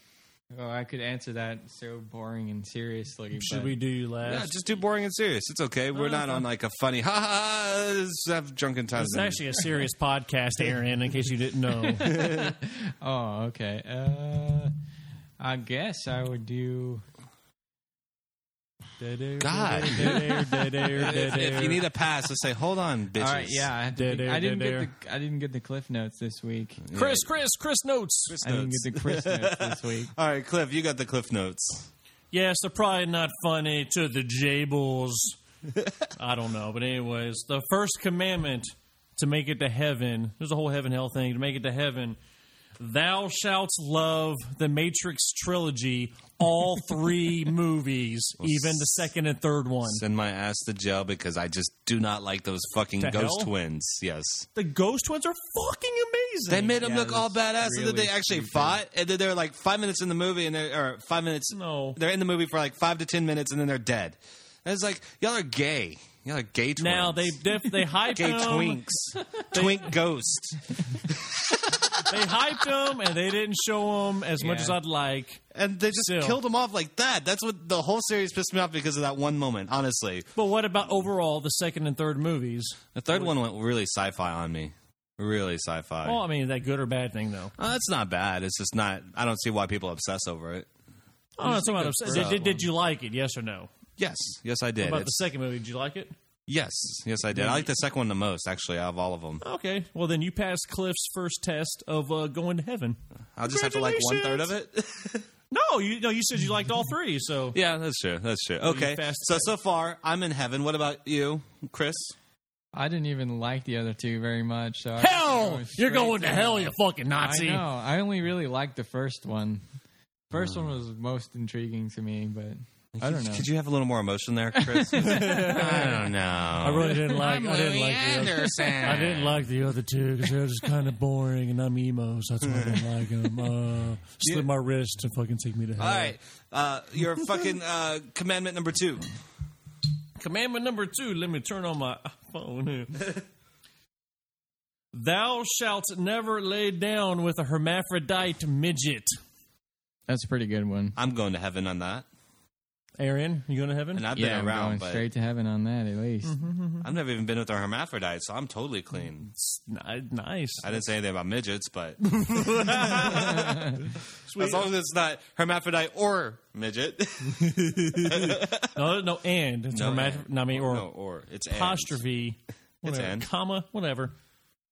Speaker 4: Oh, I could answer that so boring and seriously.
Speaker 3: Should
Speaker 4: but-
Speaker 3: we do you
Speaker 1: Yeah,
Speaker 3: last?
Speaker 1: just do boring and serious. It's okay. We're not on like a funny ha ha. ha let's have drunken times.
Speaker 3: It's actually a serious podcast, Aaron. In case you didn't know.
Speaker 4: Oh, okay. Uh, I guess I would do.
Speaker 1: God.
Speaker 3: Dead air, dead air,
Speaker 1: if,
Speaker 3: dead
Speaker 1: if
Speaker 3: air.
Speaker 1: you need a pass, let's say, hold on, bitches.
Speaker 4: All right, yeah. I, have to
Speaker 3: Dead
Speaker 4: think-
Speaker 3: air,
Speaker 4: I didn't
Speaker 3: dead
Speaker 4: get the I didn't get the cliff notes this week.
Speaker 3: Chris, Chris, Chris notes.
Speaker 1: Cliff
Speaker 4: I didn't
Speaker 1: notes.
Speaker 4: get the Chris notes this week.
Speaker 1: All right, Cliff, you got the Cliff Notes.
Speaker 3: Yes, they're probably not funny to the Jables. I don't know, but anyways, the first commandment to make it to heaven. There's a whole heaven hell thing to make it to heaven. Thou shalt love the Matrix trilogy, all three movies, even the second and third one.
Speaker 1: Send my ass to jail because I just do not like those fucking
Speaker 3: To
Speaker 1: ghost
Speaker 3: hell?
Speaker 1: twins. Yes.
Speaker 3: The Ghost Twins are fucking amazing.
Speaker 1: They made them
Speaker 4: Yeah,
Speaker 1: look all badass, and then
Speaker 4: really
Speaker 1: they actually
Speaker 4: creepy.
Speaker 1: fought, and then they're like five minutes in the movie, and they're or five minutes.
Speaker 3: No.
Speaker 1: they're in the movie for like five to ten minutes, and then they're dead. And it's like y'all are gay. Y'all are gay twins.
Speaker 3: now they def- they hyped
Speaker 1: gay
Speaker 3: them.
Speaker 1: twinks, twink ghost,
Speaker 3: They hyped them, and they didn't show them as much
Speaker 4: Yeah.
Speaker 3: as I'd like.
Speaker 1: and they just
Speaker 3: Still.
Speaker 1: killed them off like that. That's what the whole series pissed me off because of that one moment. Honestly,
Speaker 3: But what about overall the second and third movies?
Speaker 1: the third one went really sci-fi on me. Really sci-fi.
Speaker 3: Well, I mean, is that good or bad thing though?
Speaker 1: Uh, it's not bad. It's just not. I don't see why people obsess over it.
Speaker 3: Oh, that's what I'm
Speaker 4: the
Speaker 3: saying. Did,
Speaker 4: first
Speaker 3: did, did you like it? Yes or no?
Speaker 1: Yes, yes, I did.
Speaker 3: About the
Speaker 1: It's-
Speaker 3: second movie, did you like it?
Speaker 1: yes, yes, I did. I like the second one the most, actually, out of all of them.
Speaker 3: Okay. Well, then you passed Cliff's first test of uh, going to heaven.
Speaker 1: I'll just have to like one third of it.
Speaker 3: No, you no, you said you liked all three. So
Speaker 1: yeah, that's true. That's true. Okay.
Speaker 3: fast-
Speaker 1: So so far, I'm in heaven. What about you, Chris?
Speaker 4: I didn't even like the other two very much. So I- I
Speaker 3: hell,
Speaker 4: was
Speaker 3: you're
Speaker 4: straight
Speaker 3: going to
Speaker 4: to
Speaker 3: hell, you fucking
Speaker 4: I
Speaker 3: Nazi.
Speaker 4: know. I only really liked the first one. First one was most intriguing to me, but I don't know.
Speaker 1: Hmm. Could you have a little more emotion there, Chris? I don't know.
Speaker 3: I really didn't like. I didn't like. The other, I didn't like the other two because they're just kind of boring, and I'm emo, so that's why I didn't like them. Uh, slip my wrist and fucking take me to hell.
Speaker 1: All right. Uh, your fucking uh, commandment number two.
Speaker 3: Commandment number two, let me turn on my phone here. Thou shalt never lay down with a hermaphrodite midget.
Speaker 4: That's a pretty good one.
Speaker 1: I'm going to heaven on that,
Speaker 3: Aaron, you going to heaven?
Speaker 1: and I've
Speaker 4: yeah,
Speaker 1: been
Speaker 4: I'm
Speaker 1: around,
Speaker 4: going
Speaker 1: but Mm-hmm.
Speaker 4: straight to heaven on that at least.
Speaker 1: I've never even been with a hermaphrodite, so I'm totally clean.
Speaker 3: Ni- nice.
Speaker 1: I didn't say anything about midgets, but as long as it's not hermaphrodite or midget,
Speaker 3: No, no, and. It's
Speaker 1: No,
Speaker 3: hermaph-
Speaker 1: and.
Speaker 3: no, I mean, or
Speaker 1: no, or it's and.
Speaker 3: apostrophe,
Speaker 1: It's
Speaker 3: whatever,
Speaker 1: and.
Speaker 3: comma, whatever.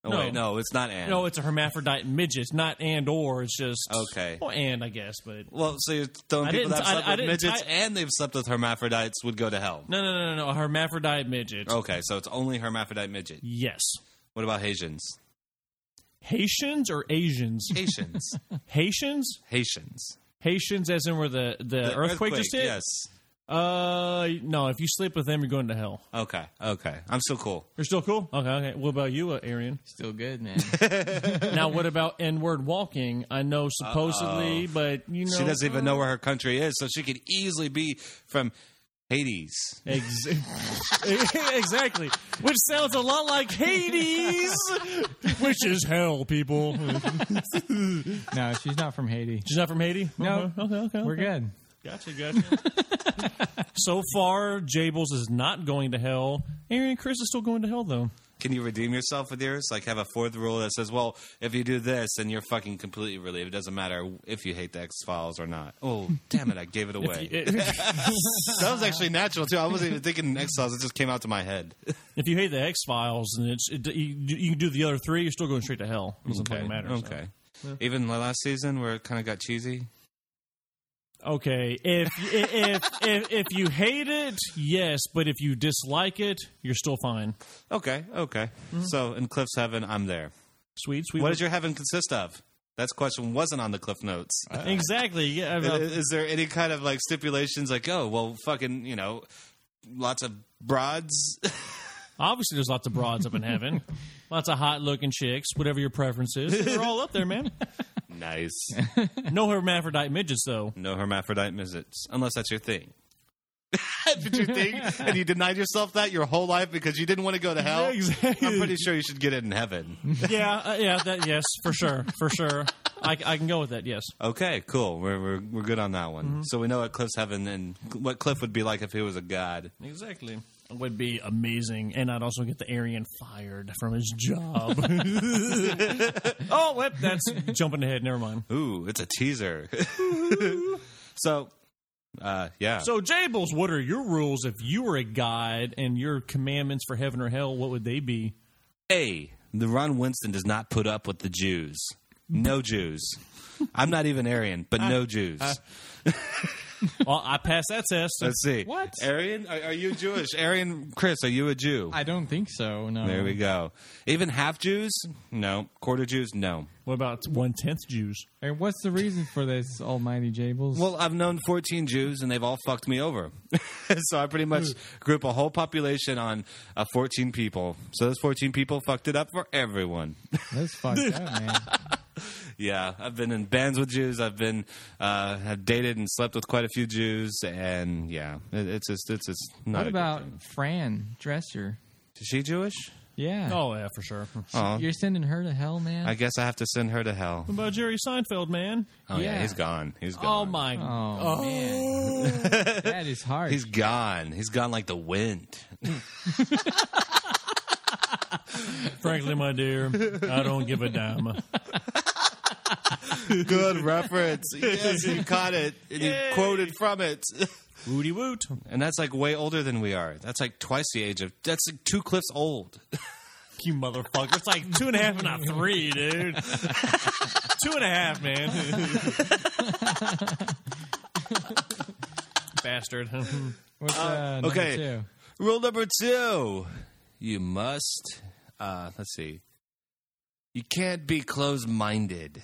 Speaker 1: Oh,
Speaker 3: No.
Speaker 1: wait, no, it's not Anne.
Speaker 3: No, it's a hermaphrodite midget, It's not and or. It's just
Speaker 1: Okay.
Speaker 3: Well, and I guess, but
Speaker 1: well, so you're throwing
Speaker 3: I
Speaker 1: people
Speaker 3: didn't-
Speaker 1: that have slept
Speaker 3: I- I
Speaker 1: with
Speaker 3: didn't
Speaker 1: midgets
Speaker 3: type-
Speaker 1: and they've slept with hermaphrodites would go to hell.
Speaker 3: no, no, no, no, no. A hermaphrodite midget.
Speaker 1: Okay, so it's only hermaphrodite midget.
Speaker 3: Yes.
Speaker 1: What about Haitians?
Speaker 3: Haitians or Asians?
Speaker 1: Haitians.
Speaker 3: Haitians?
Speaker 1: Haitians.
Speaker 3: Haitians, as in where the, the,
Speaker 1: The
Speaker 3: earthquake, just hit?
Speaker 1: Yes.
Speaker 3: Uh, no. If you sleep with them, you're going to hell.
Speaker 1: Okay. Okay. I'm still cool.
Speaker 3: You're still cool. Okay. Okay. What about you, uh, Arian?
Speaker 4: Still good, man.
Speaker 3: now, what about N-word walking? I know supposedly, but you know
Speaker 1: She doesn't even know where her country is, so she could easily be from Hades.
Speaker 3: Ex- exactly. Which sounds a lot like Hades, which is hell, people.
Speaker 4: no, she's not from Haiti.
Speaker 3: She's not from Haiti?
Speaker 4: No.
Speaker 3: Okay, okay. okay.
Speaker 4: We're good.
Speaker 3: Gotcha, gotcha. so far, Jables is not going to hell. Aaron Chris is still going to hell, though.
Speaker 1: Can you redeem yourself with yours? Like have a fourth rule that says, well, if you do this, then you're fucking completely relieved. It doesn't matter if you hate the X Files or not. Oh, damn it! I gave it away.
Speaker 3: if
Speaker 1: that was actually natural too. I wasn't even thinking X Files. It just came out to my head.
Speaker 3: you hate the X Files and it's it, you, you can do the other three, you're still going straight to hell. It doesn't fucking matter. so.
Speaker 1: Okay. Even the last season where it kind of got cheesy.
Speaker 3: Okay. If, if if if you hate it, yes, but if you dislike it, you're still fine.
Speaker 1: Okay. Okay. So in Cliff's heaven, I'm there.
Speaker 3: Sweet, sweet.
Speaker 1: what does your heaven consist of? That's question wasn't on the Cliff Notes.
Speaker 3: Exactly. Yeah.
Speaker 1: I-
Speaker 3: about-
Speaker 1: Is there any kind of like stipulations like, oh, well, fucking, you know, lots of broads?
Speaker 3: Obviously, there's lots of broads up in heaven. Lots of hot looking chicks, whatever your preference is. They're all up there, man.
Speaker 1: nice.
Speaker 3: No hermaphrodite midgets, though.
Speaker 1: No hermaphrodite visits, unless that's your thing. If it's your thing, and you denied yourself that your whole life because you didn't want to go to hell.
Speaker 3: exactly.
Speaker 1: I'm pretty sure you should get it in heaven.
Speaker 3: Yeah, uh, yeah, that, yes, for sure, for sure. I, I can go with that, yes.
Speaker 1: okay, cool. We're, we're, we're good on that one.
Speaker 4: Mm-hmm.
Speaker 1: So we know what Cliff's heaven and what Cliff would be like if he was a god.
Speaker 3: Exactly. It would be amazing. And I'd also get the Aryan fired from his job. oh, whoop, that's jumping ahead. Never mind.
Speaker 1: Ooh, it's a teaser. so, uh, yeah.
Speaker 3: So, Jables, what are your rules if you were a god and your commandments for heaven or hell? What would they be?
Speaker 1: A. The Ron Winston does not put up with the Jews. No Jews. I'm not even Aryan, but no Jews.
Speaker 4: Uh,
Speaker 3: Well, I passed that test.
Speaker 1: Let's see.
Speaker 4: What?
Speaker 1: Aryan? Are, are you Jewish? Aryan, Chris, are you a Jew?
Speaker 4: I don't think so. No.
Speaker 1: there we go. Even half Jews? No. Quarter Jews? No.
Speaker 3: What about one tenth Jews?
Speaker 4: Hey, what's the reason for this, Almighty Jables?
Speaker 1: Well, I've known 14 Jews and they've all fucked me over. so I pretty much group a whole population on uh, 14 people. So those 14 people fucked it up for everyone.
Speaker 4: that's fucked up, man.
Speaker 1: Yeah, I've been in bands with Jews. I've been uh, have dated and slept with quite a few Jews, and yeah, it, it's just it's just not.
Speaker 4: What
Speaker 1: a good
Speaker 4: about
Speaker 1: thing.
Speaker 4: Fran Dresser?
Speaker 1: is she Jewish?
Speaker 4: Yeah.
Speaker 3: Oh, yeah, for sure.
Speaker 1: Oh,
Speaker 4: You're sending her to hell, man.
Speaker 1: I guess I have to send her to hell.
Speaker 3: What about Jerry Seinfeld, man?
Speaker 1: Oh yeah,
Speaker 4: Yeah.
Speaker 1: he's gone. He's
Speaker 3: Oh
Speaker 1: gone.
Speaker 3: my!
Speaker 4: oh, man, that is hard.
Speaker 1: He's gone. He's gone like the wind.
Speaker 3: Frankly, my dear, I don't give a dime.
Speaker 1: Good reference. Yes, you caught it. And you quoted from it.
Speaker 3: Wooty woot.
Speaker 1: And that's like way older than we are. That's like twice the age of. That's like two cliffs old.
Speaker 3: You motherfucker! It's like two and a half, and not three, dude. two and a half, man. Bastard.
Speaker 4: What's, uh, number
Speaker 1: okay.
Speaker 4: two?
Speaker 1: Rule number two: You must. Uh, let's see. You can't be closed-minded.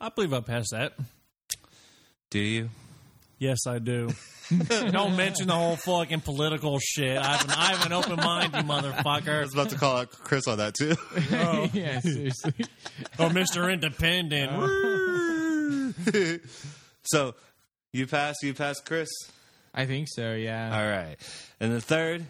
Speaker 3: I believe I passed that.
Speaker 1: Do you?
Speaker 3: Yes, I do. don't mention the whole fucking political shit. I have an, I have an open mind, you motherfucker.
Speaker 1: about to call out Chris on that too.
Speaker 3: Oh,
Speaker 4: yeah, seriously.
Speaker 3: or Mr. Oh, Independent.
Speaker 1: so, you pass. You pass, Chris.
Speaker 4: I think so. Yeah.
Speaker 1: All right. And the third,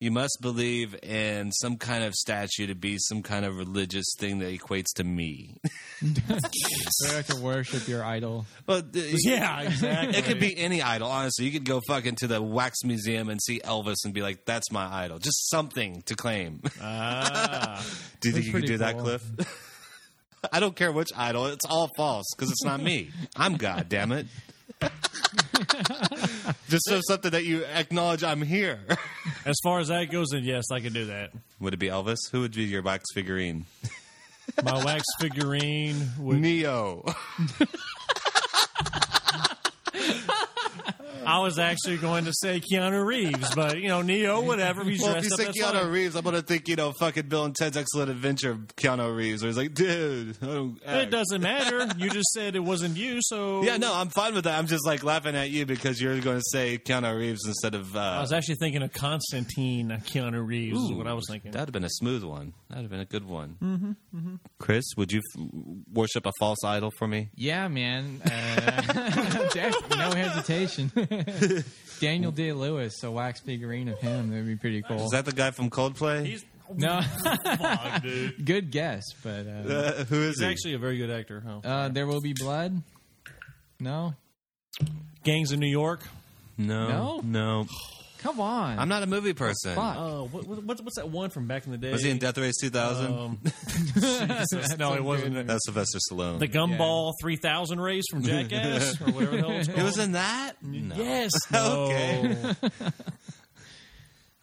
Speaker 1: you must believe in some kind of statue to be some kind of religious thing that equates to me.
Speaker 4: We have to worship your idol.
Speaker 1: Well, th-
Speaker 3: yeah, exactly.
Speaker 1: It could be any idol, honestly. You could go fucking to the wax museum and see Elvis and be like, "That's my idol." Just something to claim. do you think
Speaker 4: That's
Speaker 1: you could
Speaker 4: pretty
Speaker 1: do that,
Speaker 4: cool.
Speaker 1: Cliff? I don't care which idol; it's all false because it's not me. I'm God, damn it. Just so something that you acknowledge I'm here.
Speaker 3: As far as that goes, then yes, I can do that.
Speaker 1: Would it be Elvis? Who would be your wax figurine?
Speaker 3: My wax figurine would.
Speaker 1: Neo.
Speaker 3: I was actually going to say Keanu Reeves, but you know Neo, whatever. He's
Speaker 1: well, if
Speaker 3: dressed
Speaker 1: you
Speaker 3: up.
Speaker 1: say
Speaker 3: that's
Speaker 1: Keanu
Speaker 3: fine.
Speaker 1: Reeves, I'm gonna think you know fucking Bill and Ted's Excellent Adventure, Keanu Reeves. Or he's like, dude, I don't act.
Speaker 3: It doesn't matter. You just said it wasn't you, so
Speaker 1: Yeah, no, I'm fine with that. I'm just like laughing at you because you're going to say Keanu Reeves instead of.
Speaker 3: I
Speaker 1: Uh,
Speaker 3: was actually thinking of Constantine Keanu Reeves. is what I was thinking.
Speaker 1: that'd have been a smooth one. That'd have been a good one. Mm-hmm, Chris, would you f- worship a false idol for me?
Speaker 4: Yeah, man. Uh, def- no hesitation. Daniel Day Lewis, a wax figurine of him. That'd be pretty cool.
Speaker 1: Is that the guy from Coldplay?
Speaker 3: Oh. He's
Speaker 4: no,
Speaker 3: Fuck, dude.
Speaker 4: good guess, but uh,
Speaker 1: uh, who is
Speaker 3: He's
Speaker 1: he?
Speaker 3: actually a very good actor. Huh?
Speaker 4: uh, there will be blood. No,
Speaker 3: Gangs of New York.
Speaker 1: no,
Speaker 4: No?
Speaker 1: no.
Speaker 4: come on.
Speaker 1: I'm not a movie person.
Speaker 4: Fuck.
Speaker 3: Oh, what, what, what's that one from back in the day?
Speaker 1: Was he in Death Race 2000?
Speaker 3: Um, Jesus. no, it wasn't.
Speaker 1: That's Sylvester Stallone.
Speaker 3: The Gumball 3000 race from Jackass or whatever the hell it's
Speaker 1: it
Speaker 3: called.
Speaker 1: was in that? No.
Speaker 3: Yes. No.
Speaker 1: Okay.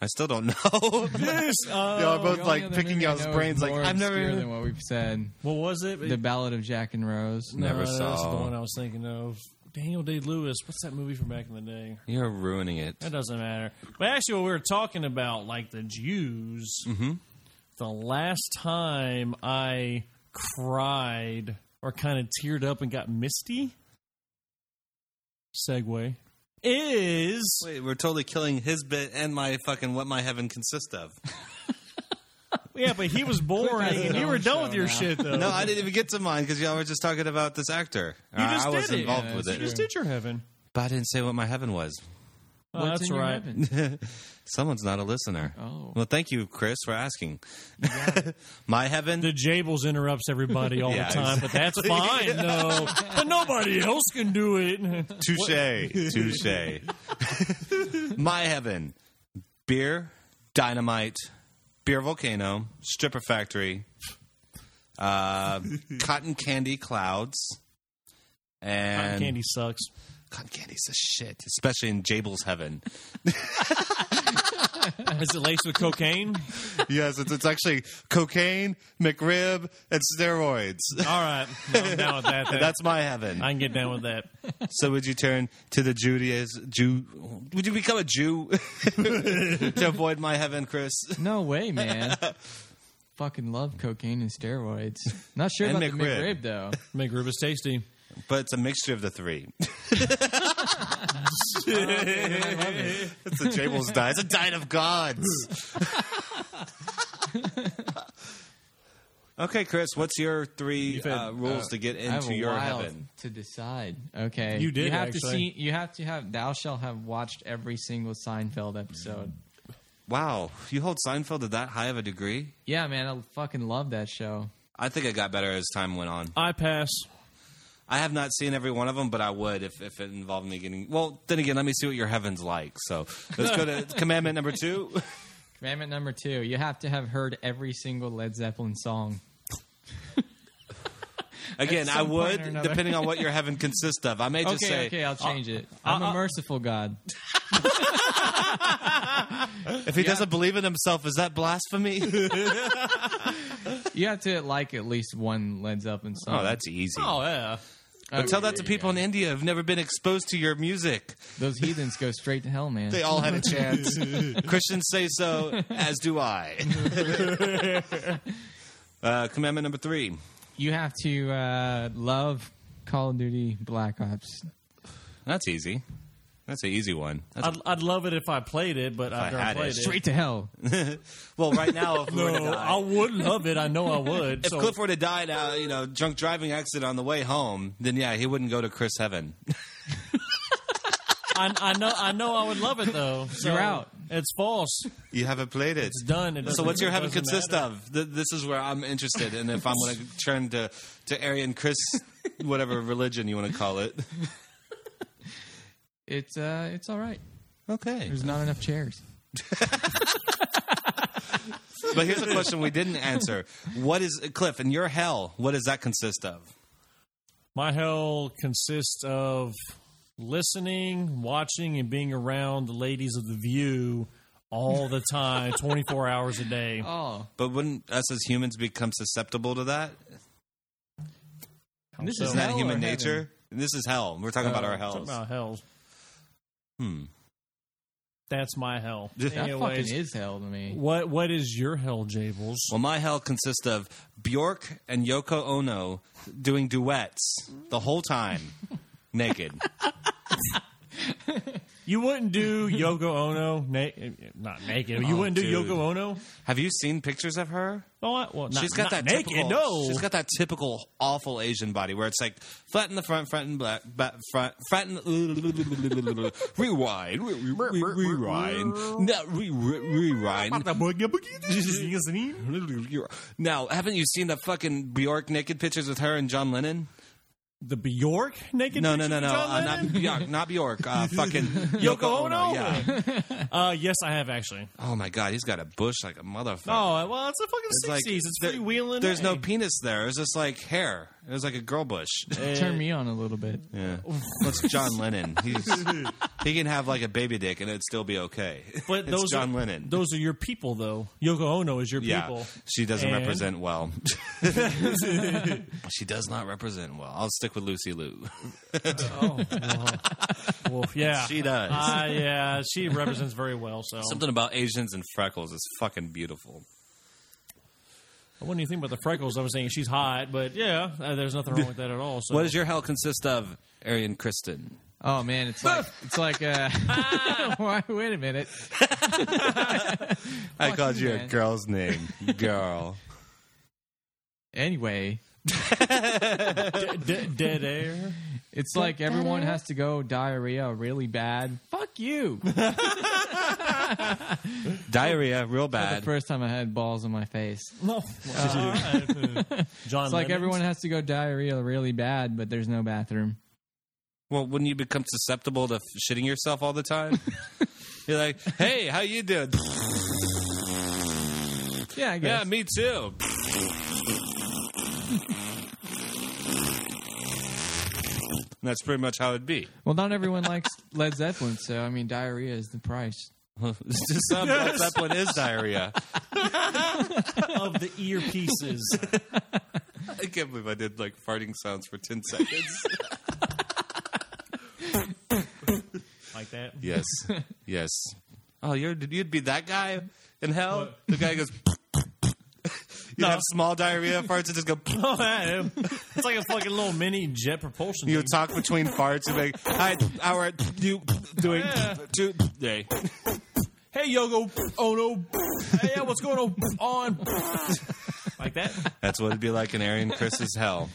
Speaker 1: I still don't know.
Speaker 3: yes. Uh,
Speaker 1: Y'all are both
Speaker 4: The only
Speaker 1: like
Speaker 4: other
Speaker 1: picking
Speaker 4: movie I
Speaker 1: y'all's
Speaker 4: know is
Speaker 1: brains. Like
Speaker 4: more
Speaker 1: I've
Speaker 4: obscure
Speaker 1: never.
Speaker 4: than what we've said.
Speaker 3: what was it?
Speaker 4: The Ballad of Jack and Rose.
Speaker 3: No,
Speaker 1: Never
Speaker 3: That's the
Speaker 1: saw.
Speaker 3: one I was thinking of. Daniel Day Lewis. What's that movie from back in the day?
Speaker 1: You're ruining it.
Speaker 3: That doesn't matter. But actually, what we were talking about, like the Jews,
Speaker 1: Mm-hmm.
Speaker 3: the last time I cried or kind of teared up and got misty, segue, is.
Speaker 1: Wait, we're totally killing his bit and my fucking what my heaven consists of.
Speaker 3: Yeah, but he was boring. and you were done with your shit, though.
Speaker 1: No, I didn't even get to mine because y'all were just talking about this actor.
Speaker 3: You just
Speaker 1: I, I
Speaker 3: did
Speaker 1: was
Speaker 3: it.
Speaker 1: involved
Speaker 4: Yeah,
Speaker 1: with
Speaker 4: that's
Speaker 1: it,
Speaker 3: you just did your heaven.
Speaker 1: but I didn't say what my heaven was.
Speaker 3: Oh,
Speaker 4: What's
Speaker 3: that's
Speaker 4: in your
Speaker 3: right.
Speaker 4: heaven?
Speaker 1: Someone's not a listener.
Speaker 4: Oh.
Speaker 1: Well, thank you, Chris, for asking. my heaven.
Speaker 3: The Jables interrupts everybody all
Speaker 1: Yeah,
Speaker 3: the time, but that's fine, though. But nobody else can do it.
Speaker 1: Touche. Touche. My heaven. Beer, dynamite, beer volcano, stripper factory, uh, cotton candy clouds, and
Speaker 3: Cotton candy sucks.
Speaker 1: cotton candy's a shit, especially in Jabel's heaven.
Speaker 3: Is it laced with cocaine?
Speaker 1: yes, it's, it's actually cocaine, McRib, and steroids.
Speaker 3: All right, I'm down with that. then.
Speaker 1: That's my heaven.
Speaker 3: I can get down with that.
Speaker 1: So would you turn to the Judaism? Jew? Would you become a Jew to avoid my heaven, Chris?
Speaker 4: No way, man. Fucking love cocaine and steroids. Not sure
Speaker 1: And
Speaker 4: about the
Speaker 1: McRib.
Speaker 4: McRib though.
Speaker 3: McRib is tasty.
Speaker 1: But it's a mixture of the three. it's a Jabel's diet. It's a diet of gods. okay, Chris, what's your three uh, rules to get
Speaker 4: I have
Speaker 1: into
Speaker 4: a
Speaker 1: your
Speaker 4: while
Speaker 1: heaven?
Speaker 4: to decide. Okay,
Speaker 3: You did,
Speaker 4: You have to
Speaker 3: actually.
Speaker 4: see. You have to have. Thou shall have watched every single Seinfeld episode.
Speaker 1: Wow, you hold Seinfeld to that high of a degree?
Speaker 4: Yeah, man, I fucking love that show.
Speaker 1: I think I got better as time went on.
Speaker 3: I pass.
Speaker 1: I have not seen every one of them, but I would if, if it involved me getting. Well, then again, let me see what your heaven's like. So let's go to commandment number two.
Speaker 4: Commandment number two: You have to have heard every single Led Zeppelin song.
Speaker 1: Again,
Speaker 4: At
Speaker 1: I
Speaker 4: some point
Speaker 1: would,
Speaker 4: or another.
Speaker 1: depending on what your heaven consists of. I may just
Speaker 4: okay,
Speaker 1: say.
Speaker 4: okay, I'll change it. I'm a merciful God.
Speaker 1: If he doesn't believe in himself, is that blasphemy?
Speaker 4: You have to like at least one Led Zeppelin song.
Speaker 1: oh, that's easy.
Speaker 3: yeah.
Speaker 4: Oh,
Speaker 1: But tell
Speaker 4: yeah,
Speaker 1: that to
Speaker 4: yeah,
Speaker 1: people in India who've never been exposed to your music.
Speaker 4: yeah. Those heathens go straight to hell, man.
Speaker 1: They all had a chance. Christians say so, as do I. uh, commandment number three.
Speaker 4: You have to uh, love Call of Duty Black Ops.
Speaker 1: That's easy. That's an easy one. That's a-
Speaker 3: I'd, I'd love it if I played it, but I've
Speaker 1: I had
Speaker 3: never
Speaker 1: it.
Speaker 3: played it.
Speaker 4: Straight to hell.
Speaker 1: well, right now, if we were to
Speaker 3: No,
Speaker 1: die-
Speaker 3: I would love it. I know I would.
Speaker 1: If
Speaker 3: so
Speaker 1: Cliff were to die now, uh, you know, drunk driving accident on the way home, then yeah, he wouldn't go to Chris Heaven.
Speaker 3: I, I know, I know, I would love it though. So
Speaker 4: You're out.
Speaker 3: It's false.
Speaker 1: You haven't played it.
Speaker 3: It's done. It
Speaker 1: so
Speaker 3: doesn't-
Speaker 1: what's your
Speaker 3: it
Speaker 1: heaven
Speaker 3: doesn't
Speaker 1: consist
Speaker 3: matter.
Speaker 1: of? Th- this is where I'm interested, and if I'm going to turn to to Aryan Chris, whatever religion you want to call it.
Speaker 4: It's uh, it's all right.
Speaker 1: Okay,
Speaker 4: There's not enough chairs.
Speaker 1: but here's a question we didn't answer: What is Cliff in your hell? What does that consist of?
Speaker 3: My hell consists of listening, watching, and being around the ladies of the View all the time, 24 hours a day.
Speaker 4: Oh,
Speaker 1: But wouldn't us as humans become susceptible to that?
Speaker 4: and this
Speaker 3: So-
Speaker 4: is
Speaker 1: Isn't that
Speaker 4: hell
Speaker 1: human
Speaker 4: or
Speaker 1: nature? This is hell. We're talking about
Speaker 4: Oh,
Speaker 1: our
Speaker 3: Talking
Speaker 1: hells.
Speaker 3: Uh, about hell.
Speaker 1: Hmm.
Speaker 3: That's my hell.
Speaker 4: Heaven? That fucking
Speaker 3: Anyways,
Speaker 4: is hell to me.
Speaker 3: what what is your hell, Jables?
Speaker 1: Well, my hell consists of Bjork and Yoko Ono doing duets the whole time, naked.
Speaker 3: You wouldn't do Yoko Ono, na- eh, not naked. You
Speaker 1: Oh,
Speaker 3: wouldn't do
Speaker 1: dude.
Speaker 3: Yoko Ono.
Speaker 1: Have you seen pictures of her?
Speaker 3: Oh, I- well, not,
Speaker 1: she's got
Speaker 3: not
Speaker 1: that
Speaker 3: naked.
Speaker 1: Typical,
Speaker 3: no,
Speaker 1: she's got that typical awful Asian body where it's like flat in the front, front and black, back, front, front and rewind, re- re- re- rewind, no, re- re- rewind. Now, haven't you seen the fucking Bjork naked pictures with her and John Lennon?
Speaker 3: the Bjork naked.
Speaker 1: No, no,
Speaker 3: picture
Speaker 1: no,
Speaker 3: of
Speaker 1: no,
Speaker 3: John
Speaker 1: uh, not
Speaker 3: Lennon?
Speaker 1: Bjork, not Bjork. Uh, fucking Yoko,
Speaker 3: Yoko Ono.
Speaker 1: Yeah.
Speaker 3: uh, yes, I have actually.
Speaker 1: Oh my god, he's got a bush like a motherfucker.
Speaker 3: Oh, well, it's the fucking
Speaker 1: It's like,
Speaker 3: sixties. it's
Speaker 1: there-
Speaker 3: freewheeling. eh?
Speaker 1: There's no
Speaker 3: hey.
Speaker 1: penis there. It's just like hair. It was like a girl bush.
Speaker 4: Turn me on a little bit.
Speaker 1: Yeah. That's John Lennon. He's he can have like a baby dick and it'd still be okay.
Speaker 3: But
Speaker 1: it's
Speaker 3: those
Speaker 1: John
Speaker 3: are,
Speaker 1: Lennon.
Speaker 3: Those are your people, though. Yoko Ono is your
Speaker 1: yeah,
Speaker 3: people.
Speaker 1: she doesn't
Speaker 3: And-
Speaker 1: represent well. she does not represent well. I'll stick with Lucy Liu.
Speaker 3: Well, yeah,
Speaker 1: She does.
Speaker 3: Uh, yeah, she represents very well. So,
Speaker 1: Something about Asians and freckles is fucking beautiful.
Speaker 3: what do you think about the freckles? I was saying she's hot, but yeah, uh, there's nothing wrong with that at all. So,
Speaker 1: What does your hell consist of, Arian Kristen?
Speaker 4: Oh man, it's like it's like uh, why- wait a minute.
Speaker 1: I
Speaker 4: Fuck
Speaker 1: called
Speaker 4: you,
Speaker 1: you a
Speaker 4: man.
Speaker 1: girl's name. Girl.
Speaker 4: Anyway,
Speaker 3: De- de- dead air?
Speaker 4: it's like everyone has to go diarrhea really bad. Fuck you. The
Speaker 1: Diarrhea, real bad.
Speaker 4: first time I had balls in my face.
Speaker 3: No, Uh, John.
Speaker 4: It's like
Speaker 3: Lennon's?
Speaker 4: everyone has to go diarrhea really bad, but there's no bathroom.
Speaker 1: Well, wouldn't you become susceptible to f- shitting yourself all the time? You're like, hey, how you doing?
Speaker 4: Yeah, I
Speaker 1: yeah,
Speaker 4: guess.
Speaker 1: me too. That's pretty much how it'd be.
Speaker 4: Well, not everyone likes Led Zeppelin, so I mean, diarrhea is the price.
Speaker 1: Some yes. that one is diarrhea.
Speaker 3: of the earpieces.
Speaker 1: I can't believe I did like farting sounds for ten seconds.
Speaker 3: like that.
Speaker 1: yes, yes. Oh, you're you'd be that guy in hell. The guy goes. you
Speaker 3: No.
Speaker 1: have small diarrhea farts and just go.
Speaker 3: Oh, man. It's like a fucking little mini jet propulsion.
Speaker 1: You
Speaker 3: thing.
Speaker 1: talk between farts and like, hi, how are you doing today?
Speaker 3: hey, Yogo. Oh, no. Hey, yeah, what's going on? like that?
Speaker 1: That's what it'd be like in Arian Chris's hell.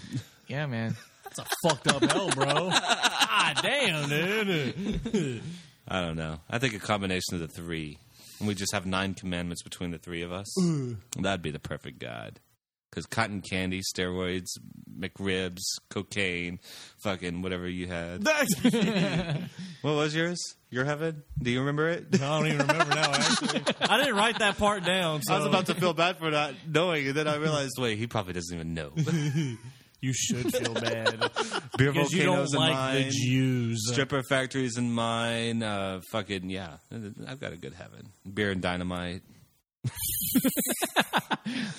Speaker 4: Yeah, man.
Speaker 3: That's a fucked up hell, bro. ah, damn, dude.
Speaker 1: I don't know. I think a combination of the three. And we just have nine commandments between the three of us. That'd be the perfect God. Because cotton candy, steroids, McRibs, cocaine, fucking whatever you had. What was yours? Your heaven? Do you remember it?
Speaker 3: I don't even remember now, actually. I didn't write that part down, so
Speaker 1: I was about to feel bad for not knowing, and then I realized, wait, he probably doesn't even know.
Speaker 3: you should feel bad.
Speaker 1: Beer
Speaker 3: Because you don't
Speaker 1: volcanoes in
Speaker 3: like
Speaker 1: mine.
Speaker 3: the Jews.
Speaker 1: stripper factories in mine. Uh, fucking yeah, I've got a good heaven. Beer and dynamite.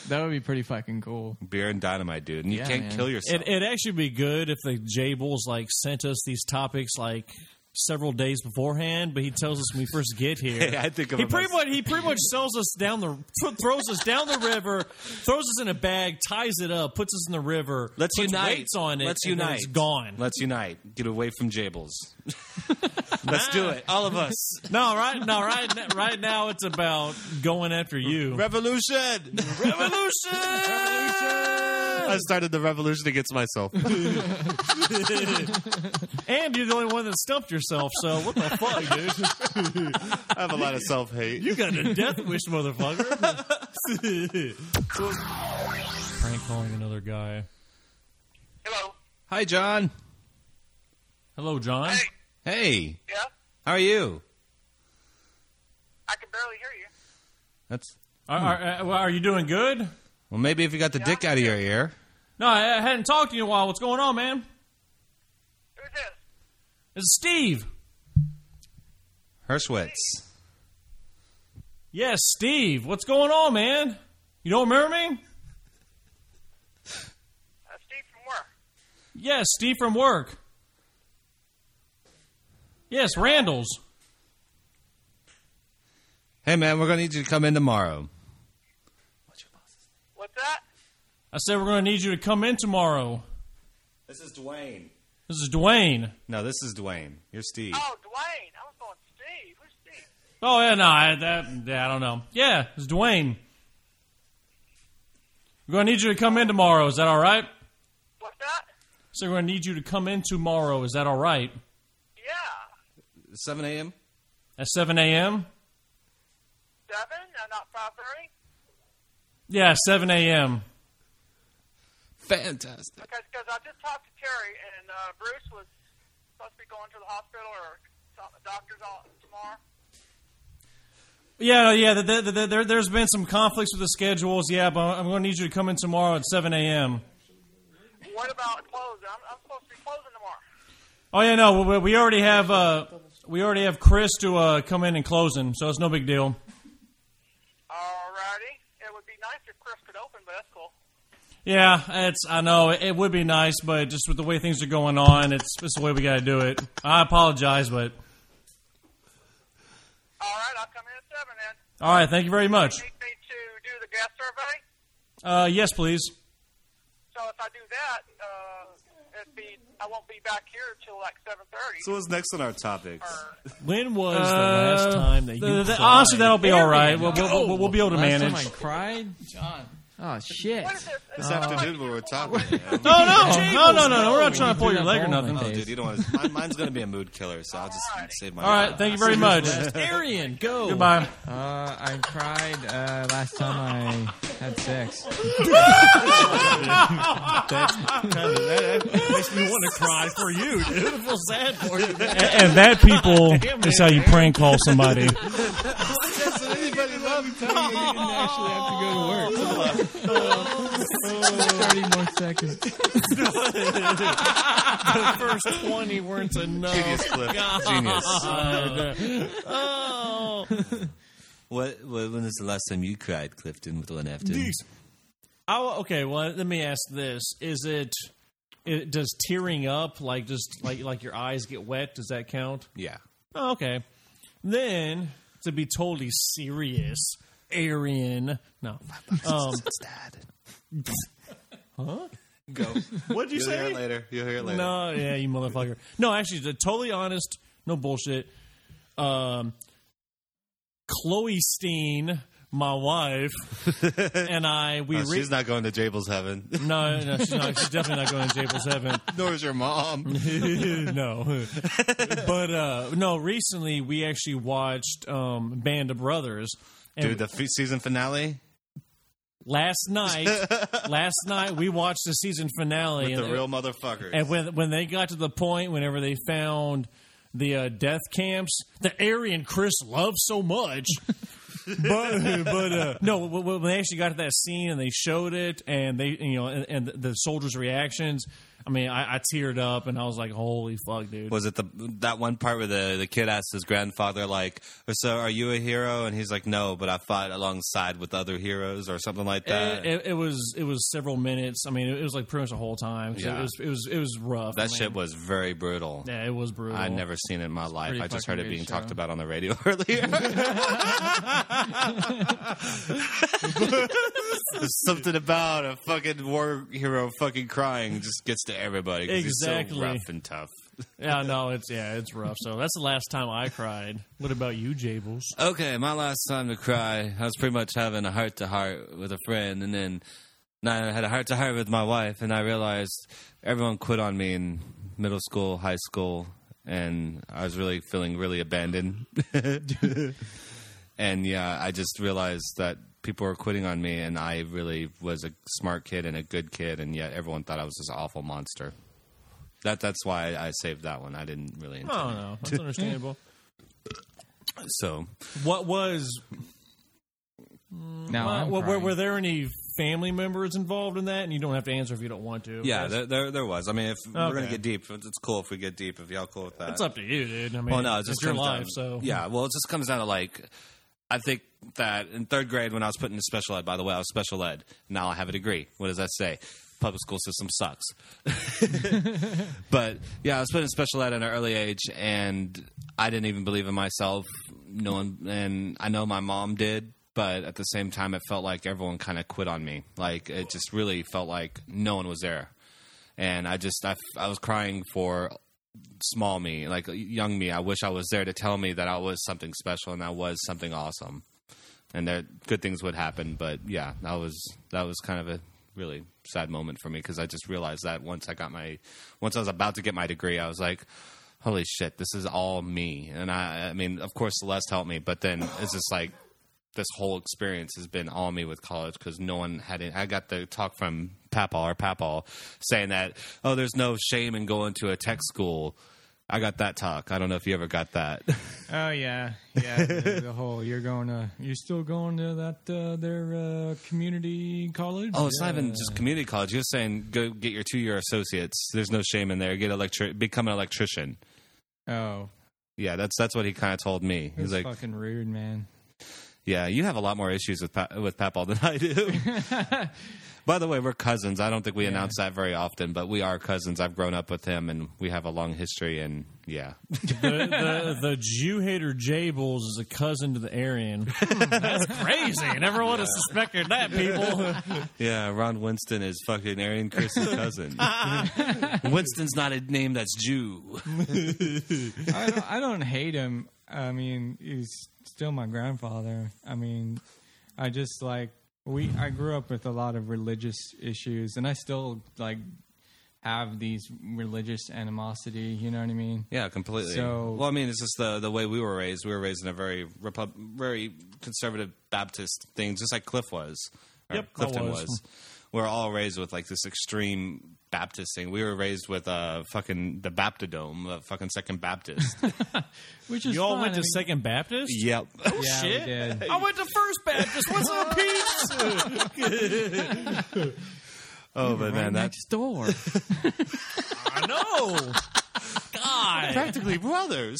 Speaker 4: That would be pretty fucking cool.
Speaker 1: Beer and dynamite, dude. And you
Speaker 4: Yeah,
Speaker 1: can't
Speaker 4: man.
Speaker 1: kill yourself.
Speaker 3: It, it'd actually be good if the Jables like sent us these topics like several days beforehand, but he tells us when we first get here.
Speaker 1: I think of
Speaker 3: he
Speaker 1: him
Speaker 3: pretty
Speaker 1: as-
Speaker 3: much he pretty much sells us down the th- throws us down the river, throws us in a bag, ties it up, puts us in the river.
Speaker 1: Let's
Speaker 3: puts
Speaker 1: unite.
Speaker 3: Weights on it.
Speaker 1: Let's
Speaker 3: and then
Speaker 1: unite.
Speaker 3: It's gone.
Speaker 1: Let's unite. Get away from Jables. Let's do it, all of us.
Speaker 3: no, right? No, right? n- Right now it's about going after you.
Speaker 1: Revolution! I started the revolution against myself.
Speaker 3: and you're the only one that stumped yourself. So what the fuck, dude?
Speaker 1: I have a lot of self hate.
Speaker 3: You got a death wish, motherfucker. Prank calling another guy.
Speaker 2: Hello.
Speaker 1: Hi, John.
Speaker 3: Hello, John.
Speaker 2: Hey.
Speaker 1: Hey,
Speaker 2: Yeah.
Speaker 1: how are you?
Speaker 2: I can barely hear you.
Speaker 1: That's
Speaker 3: Are, are, uh, well, are you doing good?
Speaker 1: well. Maybe if you got the dick out of your ear.
Speaker 3: No, I, I hadn't talked to you in a while. What's going on, man?
Speaker 2: Who's this?
Speaker 3: It's Steve.
Speaker 1: Herschwitz.
Speaker 3: Yes, Steve. What's going on, man? You don't remember me?
Speaker 2: Uh, Steve from work.
Speaker 3: Yes, Steve from work. Yes, Randall's.
Speaker 1: Hey, man, we're going to need you to come in tomorrow.
Speaker 2: What's that?
Speaker 3: I said we're going to need you to come in tomorrow.
Speaker 1: This is Dwayne.
Speaker 3: This is Dwayne.
Speaker 1: No, this is Dwayne. You're Steve.
Speaker 2: Oh, Dwayne. I was going Steve. Who's Steve?
Speaker 3: Oh yeah, no, I, that yeah, I don't know. Yeah, it's Dwayne. We're gonna need you to come in tomorrow. Is that all right?
Speaker 2: What's that?
Speaker 3: So we're gonna need you to come in tomorrow. Is that all right?
Speaker 2: Yeah.
Speaker 1: 7 a.m.?
Speaker 3: At seven a.m.
Speaker 2: Seven? Uh, not five thirty?
Speaker 3: Yeah, seven a.m.
Speaker 1: Fantastic.
Speaker 2: Because because I just talked to Terry and uh, Bruce was supposed to be going to the hospital or so- doctor's office tomorrow.
Speaker 3: Yeah, yeah. The, the, the, there, there's been some conflicts with the schedules. Yeah, but I'm gonna need you to come in tomorrow at seven a.m.
Speaker 2: What about closing? I'm, I'm supposed to be closing tomorrow.
Speaker 3: Oh yeah, no, we, we already have uh, we already have Chris to uh, come in and close him, so it's no big deal.
Speaker 2: Alrighty. It would be nice if Chris could open, but that's cool.
Speaker 3: Yeah, it's I know it, it would be nice, but just with the way things are going on, it's it's the way we got to do it. I apologize, but
Speaker 2: All right, I'll come in at seven then.
Speaker 3: all right, thank you very much.
Speaker 2: Need me to do the gas survey?
Speaker 3: Uh, yes, please.
Speaker 2: So if I do that, uh, it'd be I won't be back here till like seven thirty.
Speaker 1: So, what's next on our topics?
Speaker 8: When was the
Speaker 3: Uh,
Speaker 8: last time that you?
Speaker 3: the- the-
Speaker 8: cried?
Speaker 3: honestly, that'll be all right. We'll, we'll, we'll, we'll be able to
Speaker 4: Last
Speaker 3: manage.
Speaker 4: time I cried, John. Oh shit!
Speaker 2: What is this?
Speaker 1: This afternoon when we're talking. man.
Speaker 3: Oh, No, no, no, no, no, no. We're not trying to
Speaker 4: do
Speaker 3: pull your
Speaker 4: that
Speaker 3: leg or
Speaker 4: all
Speaker 3: nothing.
Speaker 4: my
Speaker 1: Oh, dude, you don't want to. Mine, mine's going to be a mood killer, so I'll just save my.
Speaker 3: All right, thank you very much.
Speaker 8: Arian, go.
Speaker 3: Goodbye.
Speaker 4: Uh, I cried uh, last time I had sex.
Speaker 8: makes me want to cry for you, dude. I feel sad for you.
Speaker 3: And, and that people is how you prank call somebody.
Speaker 1: anybody love
Speaker 4: I didn't actually have to go to work. Thirty more seconds.
Speaker 8: First twenty weren't enough.
Speaker 1: Genius, Cliff. Genius.
Speaker 8: Oh,
Speaker 1: What, what? When was the last time you cried, Clifton, with one after?
Speaker 3: I, okay, well, let me ask this: Is it, it does tearing up like just like like your eyes get wet? Does that count?
Speaker 1: Yeah.
Speaker 3: Oh, okay, then to be totally serious, Arian. No, um,
Speaker 1: Go.
Speaker 3: what'd you
Speaker 1: You'll hear it
Speaker 3: say?
Speaker 1: later. You'll hear it later.
Speaker 3: No, yeah, you motherfucker. No, actually, to totally honest, no bullshit. Um, Chloe Steen, my wife, and I we
Speaker 1: Oh,
Speaker 3: re-
Speaker 1: she's not going to Jabel's heaven.
Speaker 3: no, no, she's not. She's definitely not going to Jabel's heaven.
Speaker 1: Nor is your mom.
Speaker 3: no, but uh, no. Recently, we actually watched um, Band of Brothers, and
Speaker 1: Dude, the f- season finale
Speaker 3: last night, last night we watched the season finale.
Speaker 1: with
Speaker 3: and
Speaker 1: the real motherfuckers.
Speaker 3: and when when they got to the point, whenever they found the uh, death camps, that Arian Chris loved so much. but but uh, no, w- w- when they actually got to that scene and they showed it, and they you know, and, and the soldiers' reactions. I mean, I, I teared up and I was like, "Holy fuck, dude!"
Speaker 1: was it the that one part where the, the kid asked his grandfather like so are you a hero and he's like no but i fought alongside with other heroes or something like that
Speaker 3: It, it, it was it was several minutes. I mean, it was like pretty much the whole time. So
Speaker 1: Yeah.
Speaker 3: It was it was it was rough.
Speaker 1: that
Speaker 3: I mean,
Speaker 1: shit was very brutal
Speaker 3: Yeah, it was brutal.
Speaker 1: i never seen it in my life
Speaker 4: pretty
Speaker 1: i just heard
Speaker 4: fucking
Speaker 1: it
Speaker 4: good
Speaker 1: being
Speaker 4: show.
Speaker 1: talked about on the radio earlier There's something about a fucking war hero fucking crying just gets to everybody 'cause he's
Speaker 3: Exactly.
Speaker 1: so rough and tough
Speaker 3: Yeah, no, it's yeah, it's rough. So that's the last time I cried. What about you, Jables?
Speaker 1: Okay, my last time to cry, I was pretty much having a heart to heart with a friend, and then and I had a heart to heart with my wife, and I realized everyone quit on me in middle school, high school, and I was really feeling really abandoned. and yeah, I just realized that people were quitting on me, and I really was a smart kid and a good kid, and yet everyone thought I was this awful monster. That that's why I saved that one. I didn't really intend.
Speaker 3: Oh no, that's understandable.
Speaker 1: So
Speaker 3: what was
Speaker 4: Now
Speaker 3: uh,
Speaker 4: I'm
Speaker 3: were, were-
Speaker 4: crying.
Speaker 3: were there any family members involved in that? And you don't have to answer if you don't want to.
Speaker 1: Yeah,
Speaker 3: That's-
Speaker 1: there, there, there was. I mean, if we're gonna
Speaker 3: Okay.
Speaker 1: get deep, it's it's cool if we get deep. If y'all cool with that,
Speaker 3: it's up to you, dude. I mean,
Speaker 1: Well, no, it just
Speaker 3: it's your
Speaker 1: comes
Speaker 3: life,
Speaker 1: down-
Speaker 3: so
Speaker 1: yeah. Well, it just comes down to like I think that in third grade, when I was put into special ed, by the way, I was special ed. Now I have a degree. What does that say? Public school system sucks. but yeah, I was put in special ed at an early age, and I didn't even believe in myself. No one, and I know my mom did, but at the same time, it felt like everyone kind of quit on me. Like it just really felt like no one was there, and I just I, I was crying for small me, like young me. I wish I was there to tell me that I was something special and I was something awesome, and that good things would happen. But yeah, that was that was kind of a really sad moment for me because I just realized that once I got my once I was about to get my degree, I was like. Holy shit! This is all me, and I—I mean, of course, Celeste helped me, but then it's just like this whole experience has been all me with college because no one had it. I got the talk from Papal or Papal saying that, oh, there's no shame in going to a tech school. I got that talk. I don't know if you ever got that.
Speaker 4: Oh yeah, yeah. The, the whole you're going to you're still going to that uh, their uh, community college.
Speaker 1: Oh, it's not even
Speaker 4: Yeah.
Speaker 1: just community college. You're saying go get your two year associates. There's no shame in there. Get electric, become an electrician.
Speaker 4: Oh,
Speaker 1: Yeah, that's that's what he kind of told me.
Speaker 4: it's
Speaker 1: He's like,
Speaker 4: fucking rude, man.
Speaker 1: yeah, you have a lot more issues with pa- with Papal than I do. By the way, we're cousins. I don't think we announce that very often, but we are cousins. I've grown up with him, and we have a long history. And yeah,
Speaker 3: the, the, the Jew hater Jables is a cousin to the Aryan. That's crazy. Never would have suspected that, people.
Speaker 1: yeah. Ron Winston is fucking Arian Chris's cousin. Winston's not a name that's Jew.
Speaker 4: I don't, I don't hate him. I mean, he's still my grandfather. I mean, I just like we. I grew up with a lot of religious issues, and I still like have these religious animosity. You know what I mean?
Speaker 1: Yeah, completely.
Speaker 4: So-
Speaker 1: well, I mean, it's just the the way we were raised. We were raised in a very repub- very conservative Baptist thing, just like Cliff was. or
Speaker 3: Yep, I
Speaker 1: Clifton
Speaker 3: was.
Speaker 1: We were all raised with like this extreme Baptist thing. We were raised with uh, fucking the Baptidome, uh, fucking Second Baptist.
Speaker 4: Which is
Speaker 3: You all
Speaker 4: fine.
Speaker 3: went
Speaker 4: I
Speaker 3: to
Speaker 4: mean,
Speaker 3: Second Baptist?
Speaker 1: yep.
Speaker 4: yeah, we
Speaker 3: Shit.
Speaker 4: did.
Speaker 3: I went to First Baptist. What's up, Pete?
Speaker 1: Oh, but man, that's
Speaker 4: next door.
Speaker 3: I know. God.
Speaker 1: practically brothers.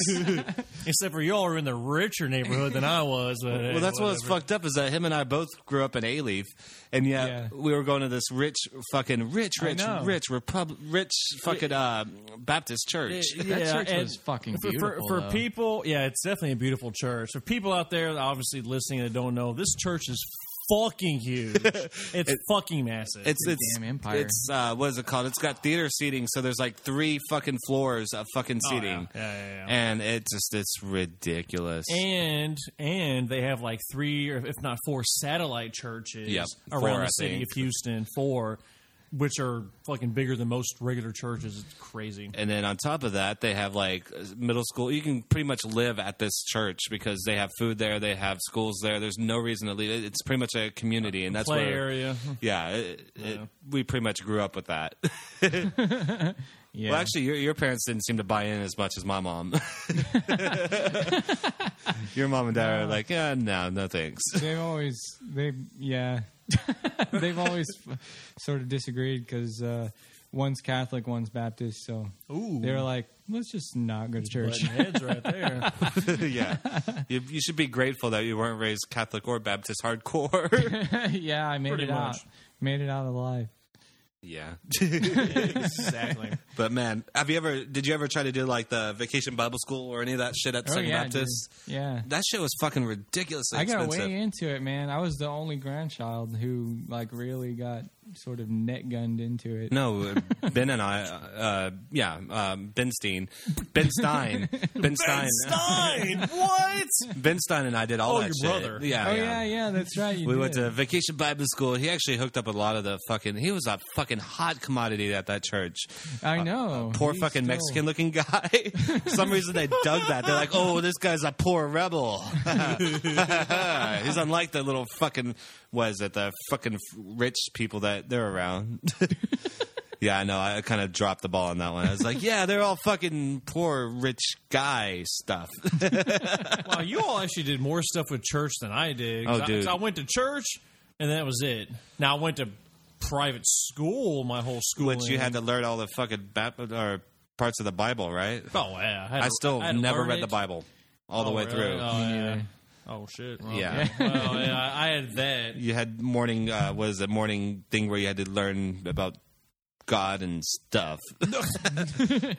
Speaker 3: Except for y'all are in the richer neighborhood than I was. But
Speaker 1: well, that's what was fucked up is that him and I both grew up in A Leaf, and yet
Speaker 4: Yeah.
Speaker 1: we were going to this rich, fucking rich,
Speaker 4: I
Speaker 1: rich,
Speaker 4: know.
Speaker 1: rich, repub- rich, fucking uh, Baptist church.
Speaker 4: That church was fucking
Speaker 3: for-
Speaker 4: beautiful,
Speaker 3: For, for
Speaker 4: though.
Speaker 3: people, yeah, it's definitely a beautiful church. For people out there, obviously listening that don't know, this church is fucking huge. It's fucking massive.
Speaker 1: It's it's
Speaker 4: damn empire.
Speaker 1: It's uh, what is it called? It's got theater seating, so there's like three fucking floors of fucking
Speaker 4: Oh,
Speaker 1: seating,
Speaker 3: yeah, yeah, yeah.
Speaker 1: and it just it's ridiculous.
Speaker 3: and and they have like three or if not four satellite churches
Speaker 1: Yep,
Speaker 3: around
Speaker 1: four,
Speaker 3: the
Speaker 1: I
Speaker 3: city
Speaker 1: think.
Speaker 3: of Houston, four, which are fucking bigger than most regular churches. It's crazy.
Speaker 1: And then on top of that, they have like middle school. You can pretty much live at this church because they have food there, they have schools there. There's no reason to leave. It's pretty much a community, and that's
Speaker 3: Play
Speaker 1: where
Speaker 3: area.
Speaker 1: yeah, it, it- we pretty much grew up with that.
Speaker 4: Yeah.
Speaker 1: Well, actually, your your parents didn't seem to buy in as much as my mom. your mom and dad are like, yeah, no, no thanks.
Speaker 4: they've always they yeah they've always sort of disagreed because uh, one's Catholic, one's Baptist, so they were like, let's just not go to church.
Speaker 3: Butting heads right there.
Speaker 1: yeah. You, you should be grateful that you weren't raised Catholic or Baptist hardcore.
Speaker 4: yeah, I made
Speaker 3: Pretty
Speaker 4: it
Speaker 3: much.
Speaker 4: out, made it out alive.
Speaker 1: yeah.
Speaker 3: exactly.
Speaker 1: But man, have you ever did you ever try to do like the vacation Bible school or any of that shit at Oh, Second
Speaker 4: Oh, yeah,
Speaker 1: Baptist?
Speaker 4: dude. Yeah.
Speaker 1: That shit was fucking ridiculously
Speaker 4: I got
Speaker 1: expensive.
Speaker 4: way into it, man. I was the only grandchild who like really got sort of net gunned into it.
Speaker 1: no, uh, Ben and I, uh, yeah, um, Ben Stein, Ben Stein, Ben Stein,
Speaker 3: Stein, what?
Speaker 1: Ben Stein, and I did all
Speaker 3: Oh,
Speaker 1: that
Speaker 3: your
Speaker 1: shit.
Speaker 3: brother.
Speaker 1: Yeah,
Speaker 4: Oh yeah, yeah, that's right. you
Speaker 1: We went
Speaker 4: did.
Speaker 1: to Vacation Bible School. He actually hooked up with a lot of the fucking. He was a fucking hot commodity at that church.
Speaker 4: I know.
Speaker 1: poor
Speaker 4: He's
Speaker 1: fucking
Speaker 4: still-
Speaker 1: Mexican looking guy. For some reason they dug that. They're like, oh, this guy's a poor rebel. He's unlike the little fucking, what is it, the fucking rich people that they're around. yeah, I know. I kind of dropped the ball on that one. I was like, yeah, they're all fucking poor rich guy stuff.
Speaker 3: Wow, you all actually did more stuff with church than I did. 'Cause
Speaker 1: Oh,
Speaker 3: I-
Speaker 1: dude.
Speaker 3: 'cause I, went to church, and that was it. Now I went to private school my whole school.
Speaker 1: Which you had to learn all the fucking bap- or parts of the Bible, right?
Speaker 3: Oh yeah, had
Speaker 1: I
Speaker 3: to-
Speaker 1: still
Speaker 3: had to
Speaker 1: never
Speaker 3: learn
Speaker 1: read
Speaker 3: it.
Speaker 1: the Bible all the
Speaker 3: Oh,
Speaker 1: way
Speaker 3: really?
Speaker 1: through.
Speaker 3: Oh, yeah. Oh shit!
Speaker 1: Yeah.
Speaker 3: Well, yeah, I had that.
Speaker 1: You had morning, uh, what is it, morning thing where you had to learn about God and stuff.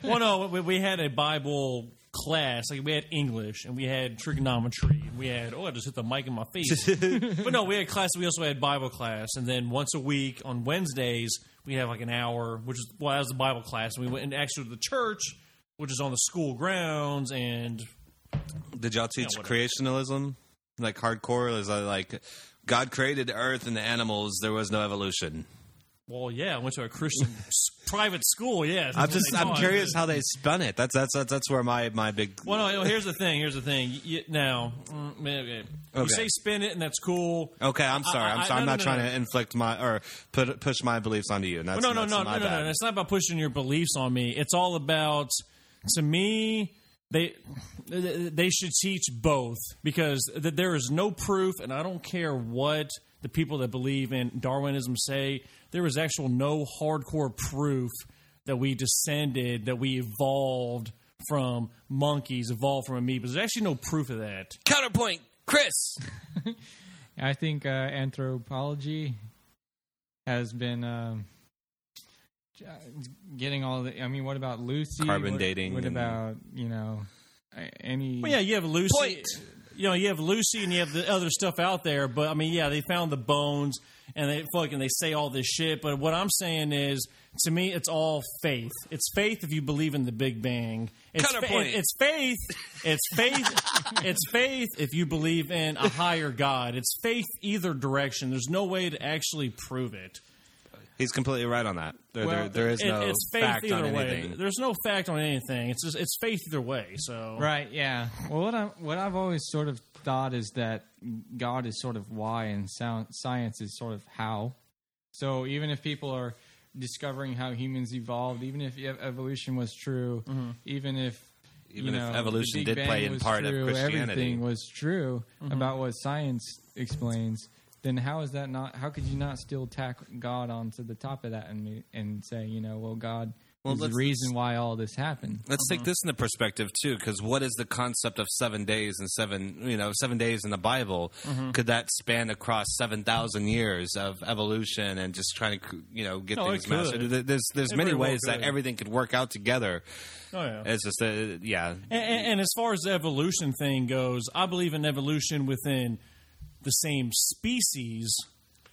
Speaker 3: Well, no, we, we had a Bible class. Like we had English and we had trigonometry. And we had oh, I just hit the mic in my face. but no, we had class. We also had Bible class, and then once a week on Wednesdays we have like an hour, which is well, that was the Bible class. And we went and actually to the church, which is on the school grounds, and
Speaker 1: Did y'all teach
Speaker 3: Yeah, whatever.
Speaker 1: creationism? Like hardcore? Is that like God created the earth and the animals, there was no evolution?
Speaker 3: well, yeah, I went to a Christian s- private school.
Speaker 1: I'm
Speaker 3: Yeah, that's what
Speaker 1: just
Speaker 3: they
Speaker 1: I'm
Speaker 3: taught.
Speaker 1: curious how they spun it. That's that's that's, that's where my my big
Speaker 3: Well, no, no, here's the thing. Here's the thing. You- You, now, mm, okay. you
Speaker 1: Okay.
Speaker 3: say spin it, and that's cool.
Speaker 1: Okay, I'm sorry.
Speaker 3: I-
Speaker 1: I'm
Speaker 3: I-
Speaker 1: sorry. I'm
Speaker 3: no,
Speaker 1: not
Speaker 3: no,
Speaker 1: trying
Speaker 3: no.
Speaker 1: to inflict my or put push my beliefs onto you. And that's,
Speaker 3: Well, no,
Speaker 1: that's
Speaker 3: no, no,
Speaker 1: my
Speaker 3: no, no,
Speaker 1: bad.
Speaker 3: no. It's not about pushing your beliefs on me. It's all about, to me, they they should teach both because th- there is no proof, and I don't care what the people that believe in Darwinism say. There is actual no hardcore proof that we descended, that we evolved from monkeys, evolved from amoebas. There's actually no proof of that.
Speaker 1: Counterpoint, Chris.
Speaker 4: I think uh, anthropology has been um, j- getting all the. I mean, what about Lucy?
Speaker 1: Carbon
Speaker 4: What-
Speaker 1: dating
Speaker 4: What
Speaker 1: and-
Speaker 4: about you know a- any?
Speaker 3: Well, yeah, you have Lucy.
Speaker 1: Point.
Speaker 3: You know, you have Lucy and you have the other stuff out there, but I mean, yeah, they found the bones and they fucking they say all this shit. But what I'm saying is, to me, it's all faith. It's faith if you believe in the Big Bang. It's, fa-
Speaker 1: Counterpoint.
Speaker 3: it's faith. It's faith. it's faith if you believe in a higher God. It's faith either direction. There's no way to actually prove it.
Speaker 1: He's completely right on that. There, there,
Speaker 4: Well,
Speaker 1: there is
Speaker 3: It-
Speaker 1: no
Speaker 3: it's faith
Speaker 1: fact
Speaker 3: either
Speaker 1: on
Speaker 3: way.
Speaker 1: anything.
Speaker 3: There's no fact on anything. It's just, it's faith either way. So
Speaker 4: Right. Yeah. Well, what I what I've always sort of thought is that God is sort of why, and sound, science is sort of how. So even if people are discovering how humans evolved, even if ev- evolution was true, even if
Speaker 1: Even
Speaker 4: you
Speaker 1: if
Speaker 4: know,
Speaker 1: evolution
Speaker 4: the Big
Speaker 1: did play
Speaker 4: Bang
Speaker 1: in
Speaker 4: was
Speaker 1: part of
Speaker 4: true,
Speaker 1: Christianity.
Speaker 4: everything was true about what science explains. Then how is that not? How could you not still tack God onto the top of that and and say, you know, well, God is the
Speaker 1: let's-
Speaker 4: reason why all this happened?
Speaker 1: Let's
Speaker 3: Mm-hmm.
Speaker 1: take this into perspective too, because what is the concept of seven days and seven, you know, seven days in the Bible?
Speaker 3: Mm-hmm.
Speaker 1: Could that span across seven thousand years of evolution and just trying to, you know, get
Speaker 3: No, it
Speaker 1: things mastered?
Speaker 3: could.
Speaker 1: There- There's there's
Speaker 3: It
Speaker 1: many
Speaker 3: very well
Speaker 1: ways that
Speaker 3: could.
Speaker 1: everything could work out together.
Speaker 3: Oh yeah.
Speaker 1: It's just, uh, yeah,
Speaker 3: And, and, and as far as the evolution thing goes, I believe in evolution within the same species.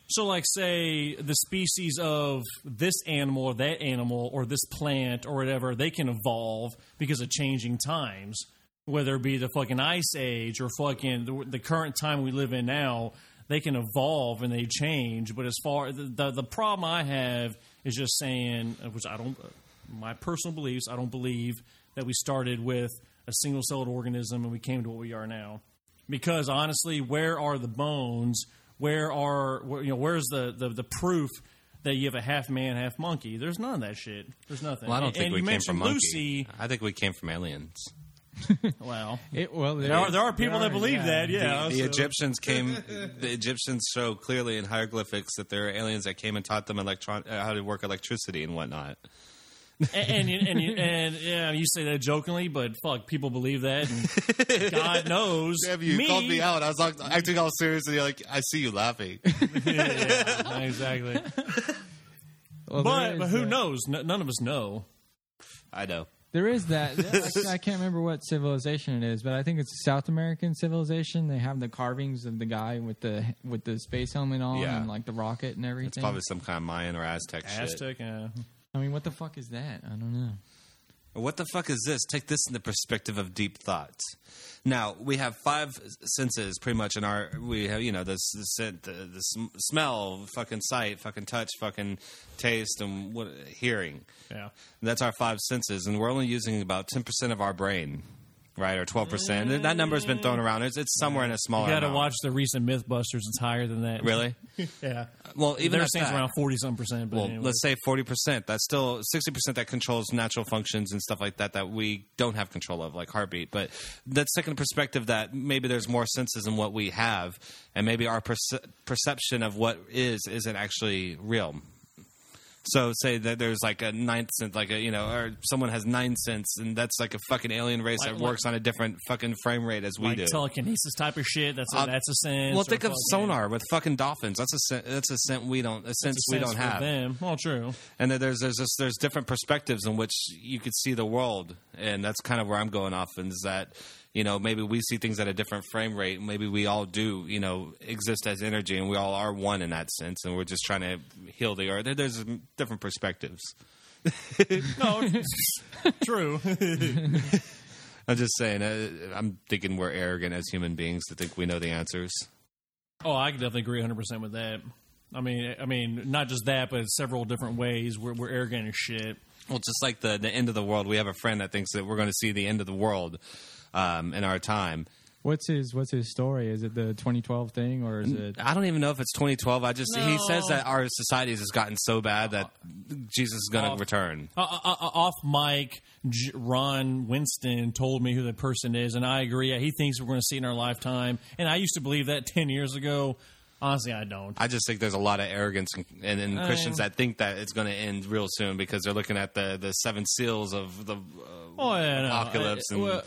Speaker 3: So, like, say the species of this animal or that animal or this plant or whatever, they can evolve because of changing times, whether it be the fucking ice age or fucking the, the current time we live in now. They can evolve and they change. But as far the the, the problem I have is just saying, which I don't, my personal beliefs, I don't believe that we started with a single celled organism and we came to what we are now because honestly, where are the bones? Where are where, you know? Where's the, the the proof that you have a half man, half monkey? There's none of that shit. There's nothing.
Speaker 1: Well, I don't
Speaker 3: And-
Speaker 1: think
Speaker 3: and
Speaker 1: we
Speaker 3: you
Speaker 1: came
Speaker 3: mentioned
Speaker 1: from monkey.
Speaker 3: Lucy.
Speaker 1: I think we came from aliens.
Speaker 3: Well,
Speaker 4: It, well,
Speaker 3: there are there are people that believe
Speaker 4: yeah.
Speaker 3: that. Yeah,
Speaker 1: The
Speaker 3: so-
Speaker 1: Egyptians came. the Egyptians show clearly in hieroglyphics that there are aliens that came and taught them electron uh, how to work electricity and whatnot.
Speaker 3: and and you- and, you- and yeah, you say that jokingly, but fuck, people believe that. And God knows. me,
Speaker 1: out. I was like, acting all serious, and you're like, "I see you laughing."
Speaker 3: Yeah, exactly.
Speaker 4: Well, there
Speaker 3: But
Speaker 4: is
Speaker 3: but who
Speaker 4: that.
Speaker 3: knows? N- none of us know.
Speaker 1: I know.
Speaker 4: There is that. Actually, I can't remember what civilization it is, but I think it's a South American civilization. They have the carvings of the guy with the with the space helmet on
Speaker 1: Yeah.
Speaker 4: and like the rocket and everything.
Speaker 1: It's probably some kind of Mayan or Aztec, shit.
Speaker 3: Aztec. Yeah.
Speaker 4: I mean, what the fuck is that? I don't know.
Speaker 1: What the fuck is this? Take this in the perspective of deep thought. Now we have five senses, pretty much in our. We have you know this the scent, the, the sm- smell, fucking sight, fucking touch, fucking taste, and what hearing.
Speaker 3: Yeah.
Speaker 1: And that's our five senses, and we're only using about ten percent of our brain, right, or twelve percent. That number has been thrown around. It's, it's somewhere in a smaller.
Speaker 3: You got to
Speaker 1: amount.
Speaker 3: watch the recent MythBusters. It's higher than that.
Speaker 1: Really?
Speaker 3: Yeah.
Speaker 1: Well, even
Speaker 3: They're
Speaker 1: at
Speaker 3: saying it's
Speaker 1: that-
Speaker 3: around forty some percent, but
Speaker 1: Well,
Speaker 3: anyway.
Speaker 1: let's say forty percent. That's still sixty percent that controls natural functions and stuff like that that we don't have control of, like heartbeat. But that's taking a perspective that maybe there's more senses in what we have, and maybe our perce- perception of what is isn't actually real. So say that there's like a ninth sense, like a you know, or someone has nine cents, and that's like a fucking alien race
Speaker 3: Like-
Speaker 1: that works on a different fucking frame rate as we
Speaker 3: like
Speaker 1: do.
Speaker 3: telekinesis type of shit. That's a,
Speaker 1: Uh,
Speaker 3: that's a sense.
Speaker 1: well,
Speaker 3: or
Speaker 1: think of
Speaker 3: fucking-
Speaker 1: sonar with fucking dolphins. That's a sen- that's a scent we don't a sense
Speaker 3: it's a
Speaker 1: we
Speaker 3: sense
Speaker 1: don't
Speaker 3: for
Speaker 1: have.
Speaker 3: Them. Well, true.
Speaker 1: and that there's there's this, there's different perspectives in which you could see the world, and that's kind of where I'm going off. And is that you know maybe we see things at a different frame rate, and maybe we all do you know exist as energy, and we all are one in that sense, and we're just trying to heal the earth. There- There's different perspectives.
Speaker 3: No, true.
Speaker 1: I'm just saying. uh, I'm thinking we're arrogant as human beings to think we know the answers.
Speaker 3: Oh, I can definitely agree 100 percent with that. I mean, I mean, not just that, but several different ways we're, we're arrogant as shit.
Speaker 1: Well, just like the the end of the world, we have a friend that thinks that we're going to see the end of the world um, in our time.
Speaker 4: What's his What's his story? Is it the 2012 thing or is it?
Speaker 1: I don't even know if it's 2012. I just he
Speaker 3: No.
Speaker 1: says that our society has gotten so bad that Jesus is going to
Speaker 3: Oh.
Speaker 1: return.
Speaker 3: Uh, uh, uh, off mic, J- Ron Winston told me who the person is, and I agree. He thinks we're going to see it in our lifetime, and I used to believe that 10 years ago. Honestly, I don't.
Speaker 1: I just think there's a lot of arrogance in, in, in
Speaker 4: Uh.
Speaker 3: Oh.
Speaker 1: Christians that think that it's going to end real soon because they're looking at the, the seven seals of the uh,
Speaker 3: Oh, yeah, no.
Speaker 1: apocalypse.
Speaker 3: I-
Speaker 1: and,
Speaker 3: well,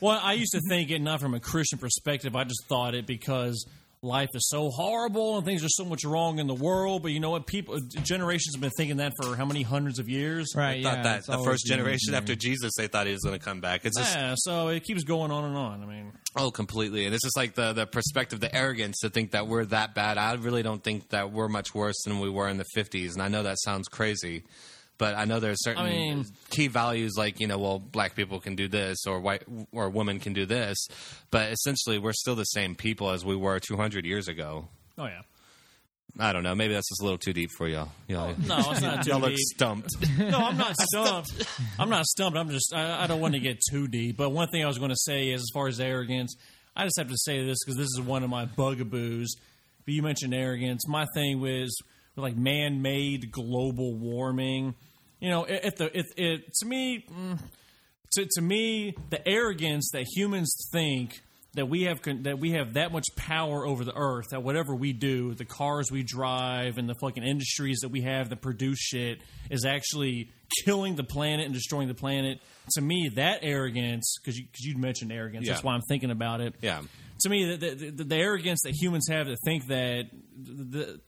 Speaker 3: well, I used to think it not from a Christian perspective. I just thought it because life is so horrible and things are so much wrong in the world. But you know what? People generations have been thinking that for how many hundreds of years,
Speaker 4: Right.
Speaker 1: I
Speaker 4: yeah,
Speaker 1: thought that
Speaker 4: it's
Speaker 1: the
Speaker 4: always
Speaker 1: first
Speaker 4: been
Speaker 1: generation
Speaker 4: there.
Speaker 1: after Jesus, they thought he was going to come back. It's just
Speaker 3: Yeah. So it keeps going on and on. I mean,
Speaker 1: Oh, completely. And it's just like the, the perspective, the arrogance to think that we're that bad. I really don't think that we're much worse than we were in the 50s. And I know that sounds crazy, but I know there are certain
Speaker 3: I mean-
Speaker 1: key values like, you know, well, black people can do this or white or women can do this. But essentially, we're still the same people as we were 200 years ago.
Speaker 3: oh yeah.
Speaker 1: I don't know. Maybe that's just a little too deep for y'all. Y'all,
Speaker 3: Oh, No, it's not too
Speaker 1: y'all look
Speaker 3: deep.
Speaker 1: stumped.
Speaker 3: No, I'm not stumped. I'm not stumped. I'm just I, I don't want to get too deep. But one thing I was going to say is, as far as arrogance, I just have to say this because this is one of my bugaboos. But you mentioned arrogance. My thing was with like man-made global warming. You know, i- if the if it to me. mm, to, to me, the arrogance that humans think that we have con- that we have that much power over the earth that whatever we do, the cars we drive and the fucking industries that we have that produce shit is actually killing the planet and destroying the planet. To me, that arrogance because you, 'cause you mentioned arrogance, that's
Speaker 1: Yeah.
Speaker 3: why I'm thinking about it.
Speaker 1: Yeah.
Speaker 3: To me, the, the, the, the arrogance that humans have to think that the, the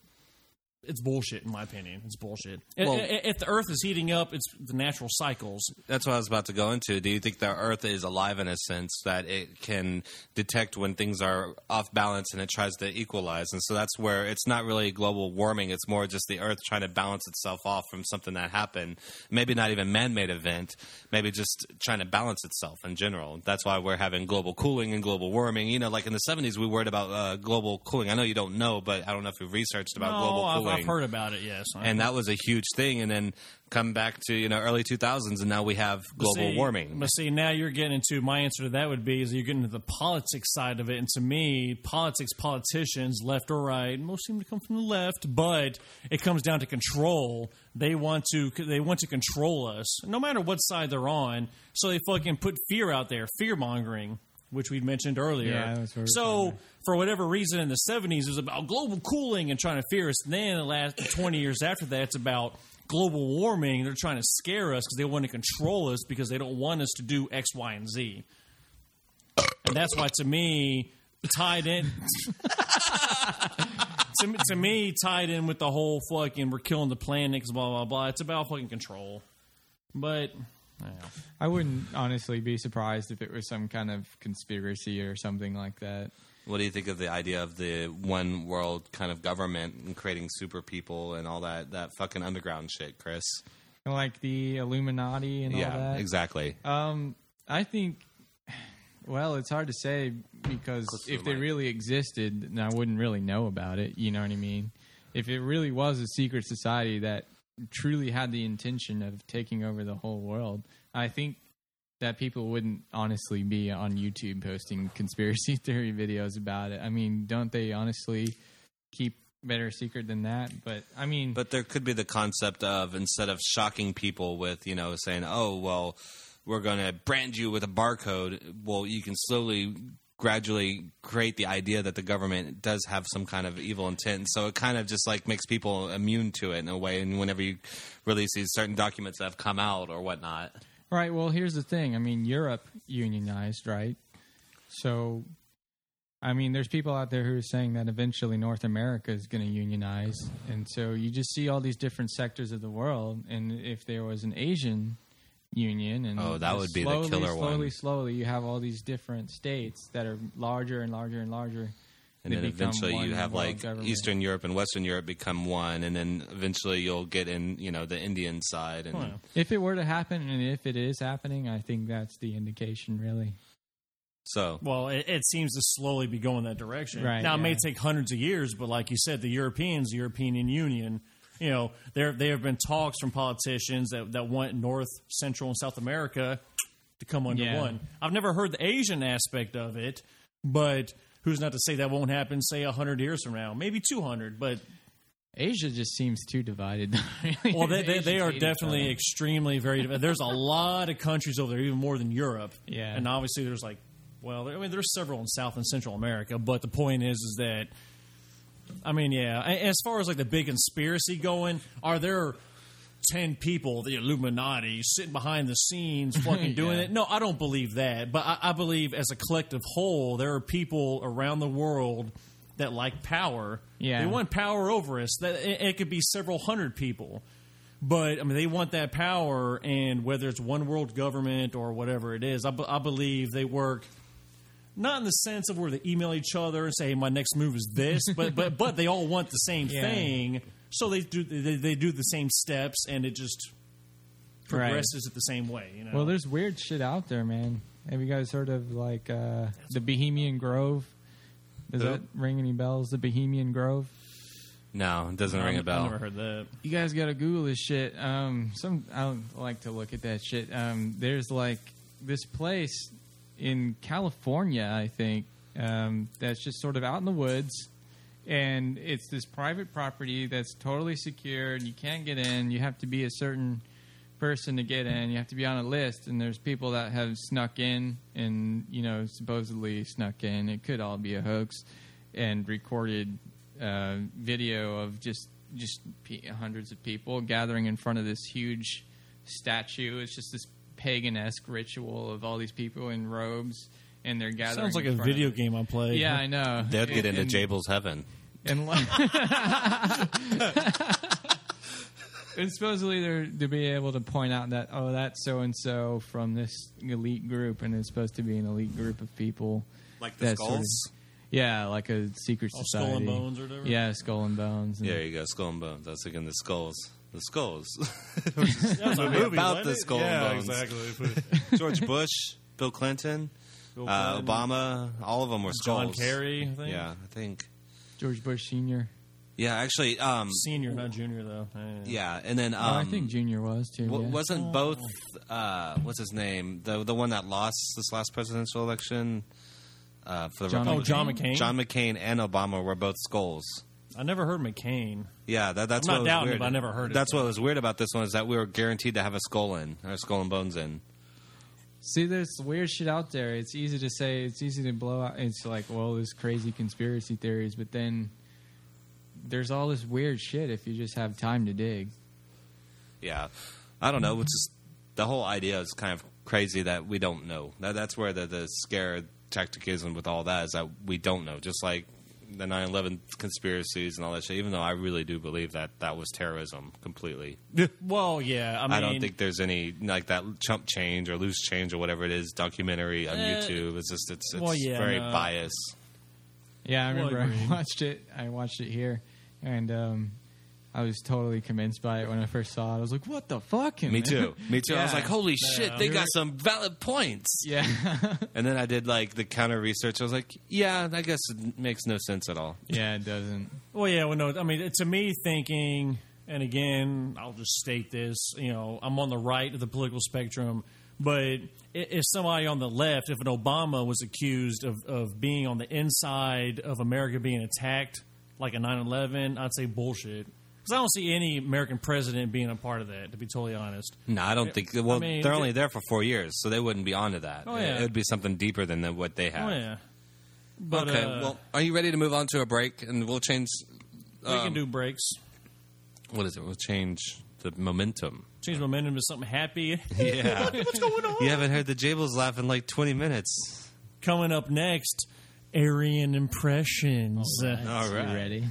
Speaker 3: it's bullshit, in my opinion. It's bullshit. I-
Speaker 1: Well-
Speaker 3: I- if the Earth is heating up, it's the natural cycles.
Speaker 1: That's what I was about to go into. Do you think the Earth is alive in a sense that it can detect when things are off balance and it tries to equalize? And so that's where it's not really global warming. It's more just the Earth trying to balance itself off from something that happened. Maybe not even man-made event. Maybe just trying to balance itself in general. That's why we're having global cooling and global warming. You know, like in the '70s, we worried about uh, global cooling. I know you don't know, but I don't know if you've researched about
Speaker 3: No,
Speaker 1: global
Speaker 3: Oh, I've,
Speaker 1: cooling
Speaker 3: I've heard about it. Yes, I-
Speaker 4: Uh-huh.
Speaker 1: and that was a huge thing. And then come back to you know early 2000s, and now we have global
Speaker 3: see,
Speaker 1: warming.
Speaker 3: But see, now you're getting into my answer to that would be is you're getting into the politics side of it, and to me, politics, politicians, left or right, most seem to come from the left, but it comes down to control. They want to they want to control us, no matter what side they're on. So they fucking put fear out there, fear mongering. Which we mentioned earlier.
Speaker 4: Yeah, that's what we were
Speaker 3: so, for whatever reason, in the 70s, it was about global cooling and trying to fear us. And then, the last 20 years after that, it's about global warming. They're trying to scare us because they want to control us because they don't want us to do X, Y, and Z. And that's why, to me, tied in. to, me- to me, tied in with the whole fucking we're killing the planet, 'cause blah, blah, blah. It's about fucking control. But
Speaker 4: I wouldn't honestly be surprised if it was some kind of conspiracy or something like that.
Speaker 1: What do you think of the idea of the one world kind of government and creating super people and all that that fucking underground shit, Chris?
Speaker 4: Like the Illuminati and all
Speaker 1: yeah,
Speaker 4: that.
Speaker 1: exactly.
Speaker 4: Um, I think. Well, it's hard to say because
Speaker 1: Close to
Speaker 4: if
Speaker 1: the
Speaker 4: they
Speaker 1: mic.
Speaker 4: really existed, then I wouldn't really know about it. You know what I mean? If it really was a secret society that truly had the intention of taking over the whole world, I think that people wouldn't honestly be on YouTube posting conspiracy theory videos about it. I mean, don't they honestly keep better secret than that? But I mean,
Speaker 1: But there could be the concept of instead of shocking people with, you know, saying, "Oh, well, we're going to brand you with a barcode." Well, you can slowly gradually create the idea that the government does have some kind of evil intent. And so it kind of just like makes people immune to it in a way. And whenever you release these certain documents that have come out or whatnot,
Speaker 4: Right. Well, here's the thing. I mean, Europe unionized, right? So, I mean, there's people out there who are saying that eventually North America is going to unionize, and so you just see all these different sectors of the world. And if there was an Asian union, and
Speaker 1: Oh, that would be the
Speaker 4: slowly,
Speaker 1: killer
Speaker 4: slowly,
Speaker 1: one.
Speaker 4: Slowly, you have all these different states that are larger and larger and larger.
Speaker 1: and
Speaker 4: They
Speaker 1: then
Speaker 4: become
Speaker 1: eventually
Speaker 4: one
Speaker 1: you have
Speaker 4: world
Speaker 1: like
Speaker 4: government.
Speaker 1: Eastern Europe and Western Europe become one, and then eventually you'll get in, you know, the Indian side
Speaker 4: Oh,
Speaker 1: and.
Speaker 4: If it were to happen, and if it is happening, I think that's the indication, really.
Speaker 1: So
Speaker 3: Well, it, it seems to slowly be going that direction.
Speaker 4: Right,
Speaker 3: now, it may
Speaker 4: yeah.
Speaker 3: take hundreds of years, but like you said, the Europeans, the European Union, you know, there there have been talks from politicians that, that want North, Central, and South America to come under
Speaker 4: Yeah.
Speaker 3: one. I've never heard the Asian aspect of it, but who's not to say that won't happen? Say hundred years from now, maybe two hundred, but
Speaker 4: Asia just seems too divided.
Speaker 3: well, they, they,
Speaker 4: Asians
Speaker 3: they are
Speaker 4: hate each other.
Speaker 3: definitely extremely very. There's a lot of countries over there, even more than Europe.
Speaker 4: Yeah.
Speaker 3: and obviously there's like, well, there- I mean, there's several in South and Central America, but the point is, is that, I mean, yeah, a- as far as like the big conspiracy going, are there ten people, the Illuminati, sitting behind the scenes, fucking doing
Speaker 4: Yeah.
Speaker 3: it? No, I don't believe that, but I, I believe as a collective whole, there are people around the world that like power.
Speaker 4: Yeah.
Speaker 3: they want power over us. That it, it could be several hundred people. But I mean, they want that power, and whether it's one world government or whatever it is, I, b- I believe they work not in the sense of where they email each other and say, "My next move is this," but but but they all want the same
Speaker 4: Yeah.
Speaker 3: thing, so they do they, they do the same steps, and it just
Speaker 4: Right.
Speaker 3: progresses it the same way. You know,
Speaker 4: Well, there's weird shit out there, man. Have you guys heard of like uh, the Bohemian Grove? Does
Speaker 1: Who?
Speaker 4: that ring any bells? The Bohemian Grove.
Speaker 1: no, it doesn't ring a
Speaker 3: I
Speaker 1: bell.
Speaker 3: never heard that.
Speaker 4: You guys gotta Google this shit. Um, some I don't like to look at that shit. Um, there's like this place in California, I think, um, that's just sort of out in the woods, and it's this private property that's totally secured. You can't get in. You have to be a certain person to get in. You have to be on a list, and there's people that have snuck in and you know supposedly snuck in. It could all be a hoax, and recorded uh, video of just just pe- hundreds of people gathering in front of this huge statue. It's just this pagan-esque ritual of all these people in robes, and they're gathering.
Speaker 3: Sounds like
Speaker 4: in
Speaker 3: a
Speaker 4: front of-
Speaker 3: video game I play.
Speaker 4: Yeah, I know.
Speaker 1: They'd get into
Speaker 4: And-
Speaker 1: Jabel's heaven.
Speaker 4: and lo- and supposedly they're to be able to point out that oh that's so and so from this elite group and it's supposed to be an elite group of people
Speaker 1: Like
Speaker 4: the That sort of- skulls? yeah like a secret
Speaker 3: Oh, Skull
Speaker 4: society
Speaker 3: and Bones or whatever?
Speaker 4: yeah skull and bones and-
Speaker 1: There you go, Skull and Bones. I was thinking the skulls. The skulls.
Speaker 3: That was a movie,
Speaker 1: about
Speaker 3: wasn't
Speaker 1: the
Speaker 3: it?
Speaker 1: Skull and
Speaker 3: yeah,
Speaker 1: Bones.
Speaker 3: Exactly.
Speaker 1: George Bush, Bill Clinton, uh, Obama, all of them were
Speaker 3: John
Speaker 1: skulls.
Speaker 3: Kerry, I think.
Speaker 1: Yeah, I think.
Speaker 4: george bush senior
Speaker 1: Yeah, actually, um,
Speaker 3: senior, not junior though.
Speaker 1: yeah, and then um,
Speaker 4: oh, i think junior was too
Speaker 1: wa-
Speaker 4: yeah.
Speaker 1: wasn't both uh, what's his name the the one that lost this last presidential election uh, for the
Speaker 4: John
Speaker 3: Oh,
Speaker 1: Republican-
Speaker 3: John McCain.
Speaker 1: John McCain and Obama were both skulls.
Speaker 3: I never heard McCain.
Speaker 1: Yeah, that, that's
Speaker 3: I'm
Speaker 1: what
Speaker 3: not
Speaker 1: was
Speaker 3: doubting it,
Speaker 1: weird.
Speaker 3: but I never heard it.
Speaker 1: That's what was weird about this one is that we were guaranteed to have a skull in or a skull and bones in.
Speaker 4: see there's weird shit out there it's easy to say it's easy to blow out it's like well there's crazy conspiracy theories but then there's all this weird shit if you just have time to dig
Speaker 1: Yeah, I don't know. It's just the whole idea is kind of crazy that we don't know. That, that's where the the scare tactic is, and with all that is that we don't know. Just like the 9-11 conspiracies and all that shit. Even though I really do believe that that was terrorism completely.
Speaker 3: Well, yeah. I, mean,
Speaker 1: I don't think there's any like that chump change or loose change or whatever it is documentary on YouTube. It's just it's, it's
Speaker 3: Uh, well, yeah,
Speaker 1: very
Speaker 3: no.
Speaker 1: biased.
Speaker 4: Yeah, I
Speaker 3: Well,
Speaker 4: remember
Speaker 3: agreed.
Speaker 4: I watched it. I watched it here, and um, I was totally convinced by it when I first saw it. I was like, "What the fuck?"
Speaker 1: Me
Speaker 4: man?"
Speaker 1: too. Me too. I was
Speaker 4: Yeah.
Speaker 1: like, holy shit, they
Speaker 4: We
Speaker 1: got
Speaker 4: were-
Speaker 1: some valid points.
Speaker 4: Yeah,
Speaker 1: And then I did like the counter research. I was like, yeah, I guess it makes no sense at all.
Speaker 4: yeah, it doesn't.
Speaker 3: Well, yeah, well, no. I mean, to me, thinking, and again, I'll just state this. You know, I'm on the right of the political spectrum, but i- if somebody on the left, if an Obama was accused of of being on the inside of America being attacked, like a 9/11, I'd say bullshit. Because I don't see any American president being a part of that. To be totally honest,
Speaker 1: No, I don't think. Well,
Speaker 3: mean,
Speaker 1: they're
Speaker 3: it-
Speaker 1: only there for four years, so they wouldn't be onto that.
Speaker 3: Oh, yeah.
Speaker 1: It would be something deeper than the, what they have.
Speaker 3: oh yeah. But,
Speaker 1: okay.
Speaker 3: uh,
Speaker 1: well, are you ready to move on to a break? And we'll change.
Speaker 3: we
Speaker 1: um,
Speaker 3: can do breaks.
Speaker 1: What is it? We'll change the momentum.
Speaker 3: Change momentum to something happy.
Speaker 1: Yeah. What's going on? You haven't heard the Jables laugh in like 20 minutes.
Speaker 3: Coming up next, Aryan impressions.
Speaker 1: Oh, All right.
Speaker 4: You ready?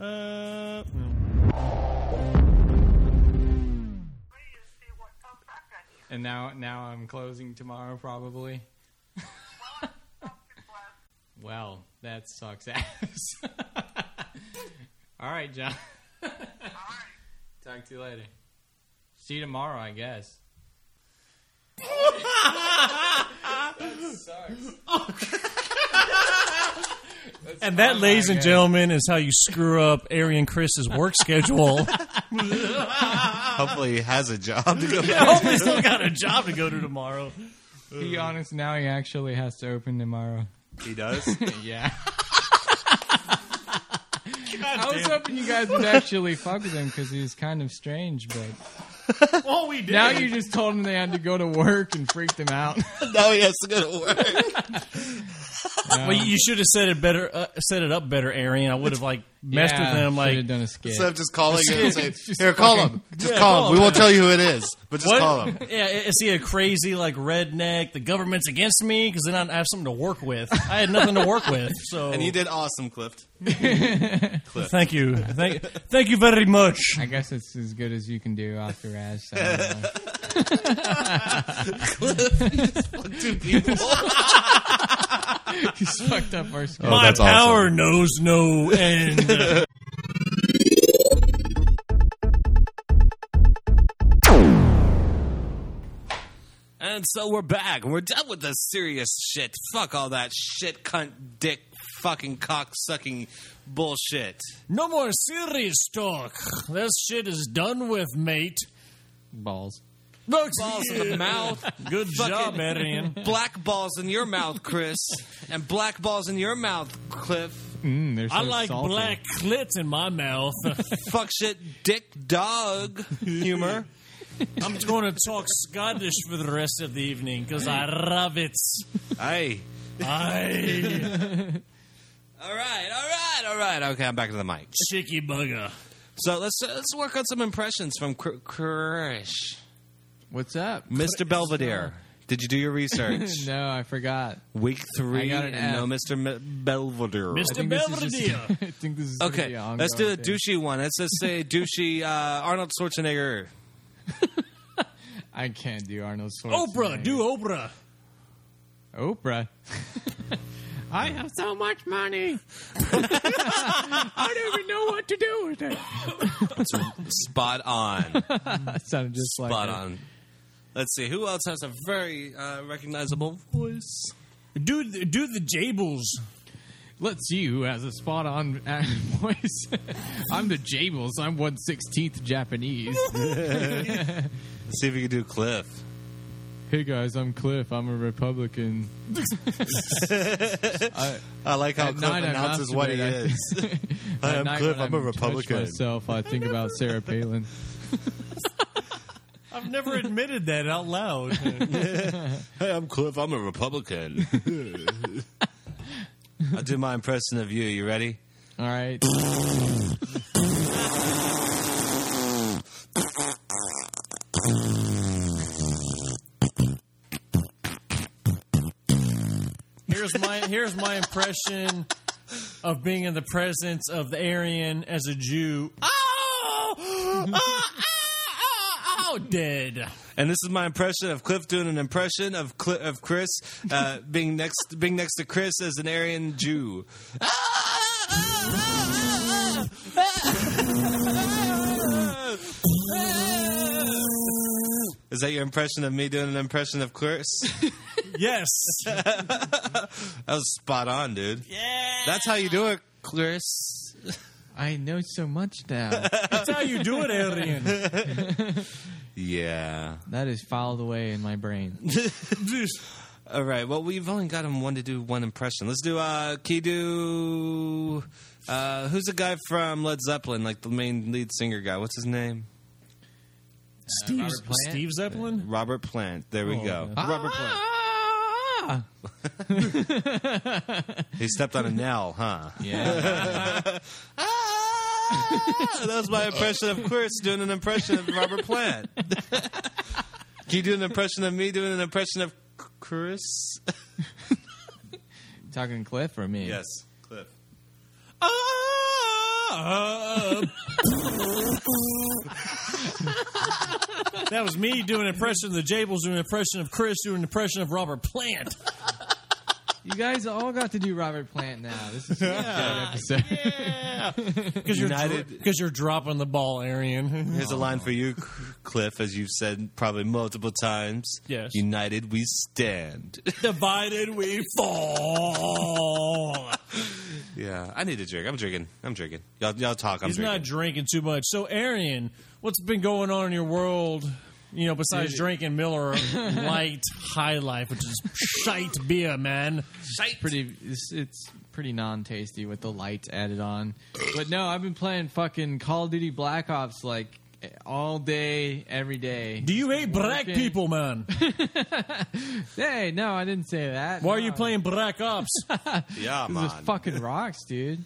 Speaker 3: Uh,
Speaker 4: And now, now I'm closing tomorrow probably. well, that sucks ass. All right, John. Talk to you later. See you tomorrow, I guess. that sucks.
Speaker 3: and that, ladies and
Speaker 4: okay.
Speaker 3: gentlemen, is how you screw up Arian Chris's work schedule.
Speaker 1: Hopefully, he has a job to go back.
Speaker 3: Hopefully, still got a job to go to tomorrow.
Speaker 4: Be honest, now he actually has to open tomorrow.
Speaker 1: He does.
Speaker 4: Yeah. I was hoping you guys would actually fuck with him because he was kind of strange, but
Speaker 3: Well, Oh, we did.
Speaker 4: now you just told him they had to go to work and freaked him out.
Speaker 1: now he has to go to work.
Speaker 3: Well, you should have said it better. Uh, set it up better, Arian. I would have like messed
Speaker 4: Yeah,
Speaker 3: with him.
Speaker 4: should've
Speaker 3: Like,
Speaker 4: done a skit.
Speaker 1: Instead of just calling him and saying,
Speaker 4: Just
Speaker 1: here, call
Speaker 4: fucking-
Speaker 1: him. Just call him. We won't tell you who it is, but just
Speaker 3: what?
Speaker 1: call him.
Speaker 3: Yeah, i- is he a crazy like redneck? The government's against me because then I have something to work with. I had nothing to work with. So
Speaker 1: And you did awesome, Clift.
Speaker 3: thank you, thank, thank you very much.
Speaker 4: I guess it's as good as you can do, Oscar Ash. so, uh,
Speaker 1: Two people.
Speaker 4: He's fucked up our skit.
Speaker 3: My
Speaker 1: that's
Speaker 3: power knows no end.
Speaker 1: And so we're back, and we're done with the serious shit. Fuck all that shit, cunt, dick, fucking cock sucking bullshit.
Speaker 3: no more serious talk. This shit is done with, mate.
Speaker 4: balls.
Speaker 3: Balls
Speaker 1: Balls in the mouth.
Speaker 3: Good job,
Speaker 1: Fucking-
Speaker 3: Arian.
Speaker 1: Black balls in your mouth, Chris, and black balls in your mouth, Cliff.
Speaker 4: Mm, they're so
Speaker 3: I like
Speaker 4: salty.
Speaker 3: black clit in my mouth.
Speaker 1: Fuck shit, dick, dog humor.
Speaker 3: I'm going to talk Scottish for the rest of the evening because I love it.
Speaker 1: Hey.
Speaker 3: Aye,
Speaker 1: All right, all right, all right. Okay, I'm back to the mic.
Speaker 3: chicky bugger.
Speaker 1: So let's uh, let's work on some impressions from Cr- Krish,
Speaker 4: What's up?
Speaker 1: Mr. Belvedere. Did you do your research?
Speaker 4: No, I forgot.
Speaker 1: Week three.
Speaker 4: I got an F.
Speaker 1: no, Mr. M- Belvedere.
Speaker 3: Mr.
Speaker 4: I think this is just-
Speaker 3: Belvedere.
Speaker 4: I think this is gonna be
Speaker 1: Okay,
Speaker 4: an
Speaker 1: let's do a
Speaker 4: ongoing thing.
Speaker 1: douchey one. Let's just say douchey uh, Arnold Schwarzenegger.
Speaker 4: I can't do Arnold Schwarzenegger.
Speaker 3: Oprah, Oh, do Oprah.
Speaker 4: Oprah. I have so much money. I don't even know what to do with it.
Speaker 1: Spot on.
Speaker 4: That sounded just like
Speaker 1: Spot
Speaker 4: it.
Speaker 1: on. Let's see who else has a very uh, recognizable voice.
Speaker 3: Do the, do the Jables.
Speaker 4: Let's see who has a spot on uh, voice. I'm the Jables. I'm one sixteenth Japanese.
Speaker 1: Let's see if you can do Cliff.
Speaker 4: hey guys, I'm Cliff. I'm a Republican.
Speaker 1: I like how Oh, Cliff
Speaker 4: night I
Speaker 1: announces what he
Speaker 4: masturbate, I-
Speaker 1: is. Hi,
Speaker 4: At
Speaker 1: I'm
Speaker 4: night
Speaker 1: Cliff.
Speaker 4: when
Speaker 1: I'm a
Speaker 4: touch
Speaker 1: Republican.
Speaker 4: Myself, I think about Sarah Palin.
Speaker 3: I've never admitted that out loud.
Speaker 1: Hey, I'm Cliff. I'm a Republican. I'll do my impression of you. You ready?
Speaker 4: All right.
Speaker 3: Here's my here's my impression of being in the presence of the Aryan as a Jew. Oh, oh, oh, oh, dead.
Speaker 1: And this is my impression of Cliff doing an impression of Cli of Chris uh, being next being next to Chris as an Aryan Jew. Is that your impression of me doing an impression of Chris?
Speaker 3: Yes.
Speaker 1: That was spot on, dude.
Speaker 3: Yeah.
Speaker 1: That's how you do it, Chris.
Speaker 4: I know so much now.
Speaker 3: That's how you do it, Aryan.
Speaker 1: Yeah.
Speaker 4: that is filed away in my brain.
Speaker 1: All right. Well, we've only got him one to do one impression. Let's do uh, Kidu. Uh, who's the guy from Led Zeppelin? Like the main lead singer guy. What's his name?
Speaker 3: Steve,
Speaker 4: Robert Plant?
Speaker 3: Steve Zeppelin?
Speaker 1: Robert Plant. There we
Speaker 4: Oh,
Speaker 1: go.
Speaker 4: yeah.
Speaker 1: Robert Plant.
Speaker 4: Yeah.
Speaker 1: He stepped on a nail, huh?
Speaker 4: Yeah.
Speaker 1: Ah! that was my impression of Quirce doing an impression of Robert Plant. Can you do an impression of me doing an impression of Chris?
Speaker 4: Talking Cliff or me?
Speaker 1: Yes, Cliff.
Speaker 3: That was me doing an impression of the Jables, doing an impression of Chris, doing an impression of Robert Plant.
Speaker 4: You guys all got to do Robert Plant now. This is yeah. episode.
Speaker 3: Because you're,
Speaker 1: United-
Speaker 3: because you're dropping the ball, Arian.
Speaker 1: Here's a line for you, C- Cliff, as you've said probably multiple times.
Speaker 3: Yes.
Speaker 1: United we stand.
Speaker 3: Divided we fall.
Speaker 1: yeah, I need a drink. I'm drinking. I'm drinking. Y'all, y'all talk. I'm
Speaker 3: He's
Speaker 1: drinking.
Speaker 3: not drinking too much. So, Arian, what's been going on in your world? You know, besides drinking Miller Light High Life, which is shite beer, man.
Speaker 4: pretty it's, it's pretty non-tasty with the lights added on but no i've been playing fucking call of duty black ops like all day every day
Speaker 3: Do you hate black
Speaker 4: Working.
Speaker 3: people, man?
Speaker 4: hey no i didn't say that
Speaker 3: Why are you
Speaker 4: No.
Speaker 3: playing Black Ops?
Speaker 1: yeah,
Speaker 4: this is
Speaker 1: man.
Speaker 4: fucking rocks dude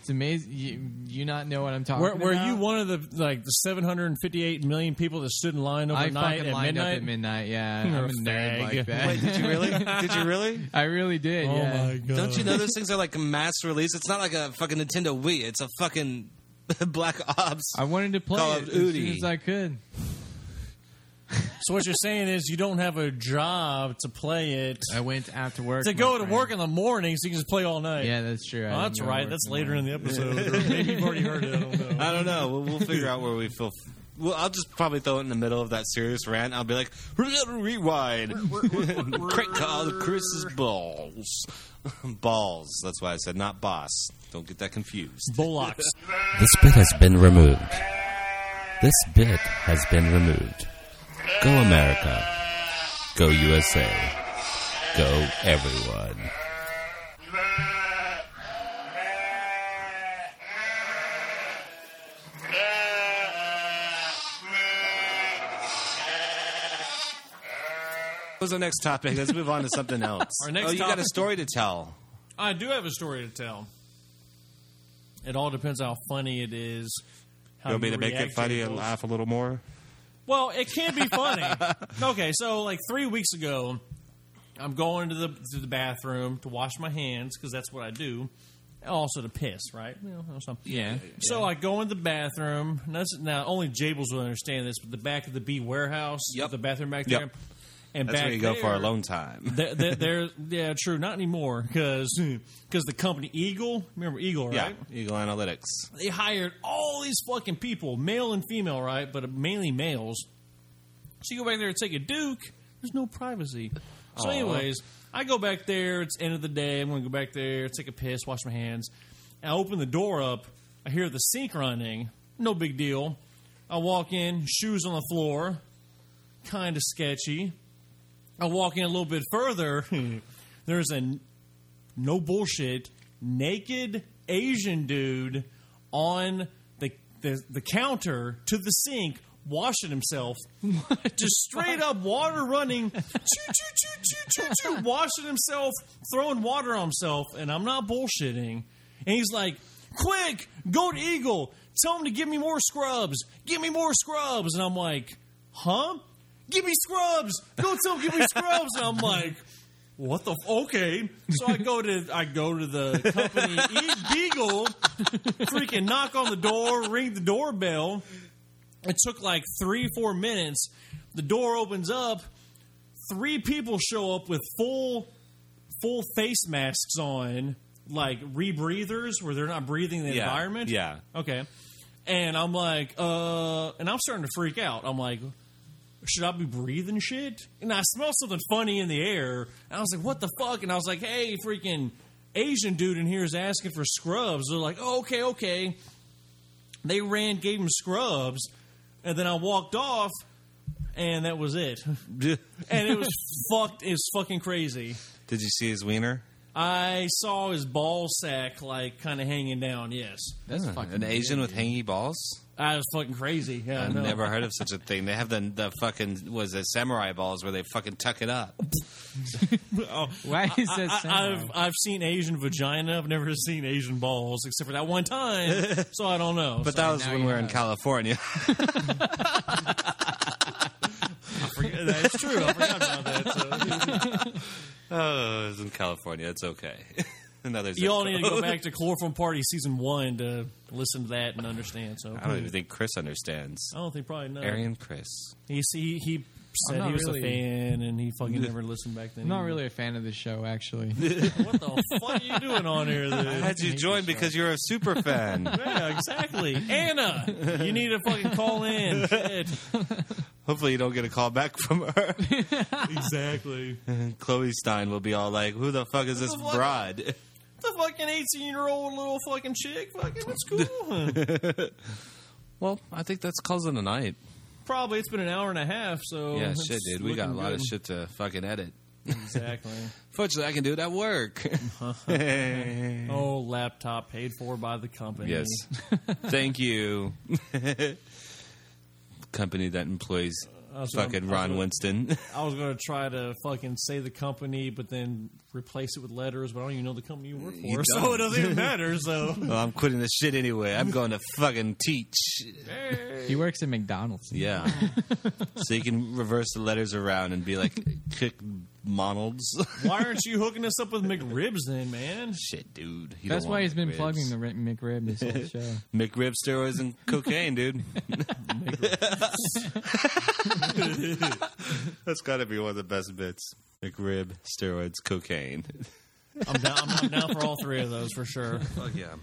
Speaker 4: it's amazing you, you not know what i'm talking
Speaker 3: Were,
Speaker 4: about
Speaker 3: were you one of the like the 758 million people that stood in line
Speaker 4: i
Speaker 3: overnight
Speaker 4: fucking
Speaker 3: at
Speaker 4: lined
Speaker 3: midnight?
Speaker 4: up at midnight yeah
Speaker 3: You're
Speaker 4: i'm a
Speaker 3: a
Speaker 4: nerd
Speaker 3: fag.
Speaker 4: like that
Speaker 1: Wait, did you really? Did you really?
Speaker 4: i really did
Speaker 3: oh
Speaker 4: yeah
Speaker 3: my god!
Speaker 1: Don't you know those things are like mass release? It's not like a fucking Nintendo Wii. It's a fucking Black Ops.
Speaker 4: i wanted to play
Speaker 1: Call
Speaker 4: it
Speaker 1: of
Speaker 4: as
Speaker 1: Duty.
Speaker 4: soon as i could
Speaker 3: So what you're saying is you don't have a job to play it
Speaker 4: i went after work
Speaker 3: to
Speaker 4: my
Speaker 3: go to
Speaker 4: friend.
Speaker 3: work in the morning, so you can just play all night.
Speaker 4: yeah that's true I
Speaker 3: Oh,
Speaker 4: didn't
Speaker 3: that's
Speaker 4: go to
Speaker 3: right.
Speaker 4: work
Speaker 3: That's
Speaker 4: in the
Speaker 3: later
Speaker 4: morning.
Speaker 3: in the episode. or maybe you've already heard it. I don't know.
Speaker 1: I don't know. We'll, we'll figure out where we feel. Well, I'll just probably throw it in the middle of that serious rant. I'll be like, rewind. Crank call Chris's balls. balls. That's why I said not boss. Don't get that confused.
Speaker 3: Bullocks.
Speaker 9: This bit has been removed. This bit has been removed. Go America. Go USA. Go everyone.
Speaker 1: What's our next topic? Let's move on to something else.
Speaker 3: Our next
Speaker 1: oh, you got a
Speaker 3: topic-
Speaker 1: story to tell.
Speaker 3: I do have a story to tell. It all depends how funny it is. How
Speaker 1: You want me
Speaker 3: you
Speaker 1: to make it
Speaker 3: react
Speaker 1: funny
Speaker 3: it.
Speaker 1: and laugh a little more?
Speaker 3: Well, it can be funny. okay, so like three weeks ago, I'm going to the to the bathroom to wash my hands because that's what I do. Also to piss, right? You know, or something.
Speaker 4: yeah
Speaker 3: So I go in the bathroom. Now, this- now, only Jables will understand this, but the back of the B warehouse,
Speaker 1: Yep.
Speaker 3: the bathroom back
Speaker 1: Yep.
Speaker 3: there, and
Speaker 1: That's
Speaker 3: back
Speaker 1: where you go for
Speaker 3: there-
Speaker 1: alone time.
Speaker 3: there, there, there- yeah, true. Not anymore because the company Eagle, remember Eagle, right?
Speaker 1: Yeah, Eagle Analytics.
Speaker 3: they hired all these fucking people, male and female, right? But mainly males. So you go back there and take a Duke. There's no privacy. So, anyways, I go back there. It's end of the day. I'm going to go back there, take a piss, wash my hands. I open the door up. I hear the sink running. No big deal. I walk in, shoes on the floor, kind of sketchy. I walk in a little bit further. There's a no bullshit, naked Asian dude on the the, the counter to the sink washing himself. Just straight up water running, choo, choo, choo, choo, choo, choo, washing himself, throwing water on himself, and I'm not bullshitting. And he's like, "Quick, go to Eagle. Tell him to give me more scrubs. Give me more scrubs." And I'm like, "Huh? Give me scrubs. Go tell him give me scrubs." And I'm like what the f- okay so i go to i go to the company E- beagle freaking knock on the door ring the doorbell it took like three four minutes the door opens up three people show up with full full face masks on like rebreathers where they're not breathing the
Speaker 1: Yeah,
Speaker 3: environment
Speaker 1: yeah.
Speaker 3: okay and i'm like uh and i'm starting to freak out i'm like should I be breathing shit? And I smelled something funny in the air. And I was like, what the fuck? And I was like, hey, freaking Asian dude in here is asking for scrubs. They're like, oh, okay, okay. They ran, gave him scrubs. And then I walked off, and that was it. and it was fucked. It's fucking crazy.
Speaker 1: Did you see his wiener?
Speaker 3: I saw his ball sack like kind of hanging down. Yes,
Speaker 4: That's
Speaker 1: Huh,
Speaker 4: fucking
Speaker 1: an Asian
Speaker 4: weird,
Speaker 1: with
Speaker 4: dude.
Speaker 1: hangy balls.
Speaker 3: I was fucking crazy. Yeah, I
Speaker 1: I've
Speaker 3: know.
Speaker 1: never heard of such a thing. They have the the fucking was it samurai balls where they fucking tuck it up.
Speaker 4: Why is that?
Speaker 3: I, I,
Speaker 4: sound?
Speaker 3: I've I've seen Asian vagina. I've never seen Asian balls except for that one time. so I don't know.
Speaker 1: But that was
Speaker 4: now
Speaker 1: when
Speaker 4: you
Speaker 1: we were in
Speaker 4: have.
Speaker 1: California.
Speaker 3: that's true. I forgot about that. So.
Speaker 1: oh, it was in California. It's okay. Another. zip
Speaker 3: You all
Speaker 1: code.
Speaker 3: need to go back to Chloroform Party season one to listen to that and understand. So
Speaker 1: I don't even think Chris understands.
Speaker 3: I don't think probably not.
Speaker 1: Arian Uh, Chris.
Speaker 3: He see he said
Speaker 4: not
Speaker 3: he was
Speaker 4: really-
Speaker 3: a fan and he fucking never listened back then.
Speaker 4: I'm not
Speaker 3: either.
Speaker 4: really a fan of the show, actually.
Speaker 3: What the fuck are you doing on here? Then?
Speaker 1: Had you joined because you're a super fan.
Speaker 3: Yeah, exactly. Anna, you need to fucking call in. Shit.
Speaker 1: Hopefully, you don't get a call back from her.
Speaker 3: Exactly.
Speaker 1: Chloe Stein will be all like, "Who the fuck is this
Speaker 3: fuck?
Speaker 1: broad?"
Speaker 3: The fucking eighteen-year-old little fucking chick. Fucking, that's cool.
Speaker 1: Well, I think that's calls in the night.
Speaker 3: Probably it's been an hour and a half. So
Speaker 1: Yeah,
Speaker 3: it's
Speaker 1: shit, dude. We got a
Speaker 3: looking
Speaker 1: lot of
Speaker 3: good.
Speaker 1: shit to fucking edit.
Speaker 3: Exactly.
Speaker 1: Fortunately, I can do it at work.
Speaker 3: Oh, laptop paid for by the company.
Speaker 1: yes. Thank you. Company that employs
Speaker 3: That's what I'm-
Speaker 1: fucking
Speaker 3: that's
Speaker 1: Ron
Speaker 3: what-
Speaker 1: Winston.
Speaker 3: I was going to try to fucking say the company, but then replace it with letters. But I don't even know the company you work for,
Speaker 1: You
Speaker 3: so
Speaker 1: don't.
Speaker 3: it doesn't even matter. So
Speaker 1: well, I'm quitting this shit anyway. I'm going to fucking teach.
Speaker 4: He works at McDonald's.
Speaker 1: Yeah. so you can reverse the letters around and be like, kick Monalds.
Speaker 3: why aren't you hooking us up with McRibs then, man?
Speaker 1: shit, dude. You
Speaker 4: That's
Speaker 1: don't
Speaker 4: why
Speaker 1: want
Speaker 4: he's been
Speaker 1: McRibs.
Speaker 4: plugging the Ri- McRib this whole show.
Speaker 1: McRib steroids and cocaine, dude. That's got to be one of the best bits. McRib, steroids, cocaine.
Speaker 3: I'm down, I'm, I'm down for all three of those for sure.
Speaker 1: Fuck yeah.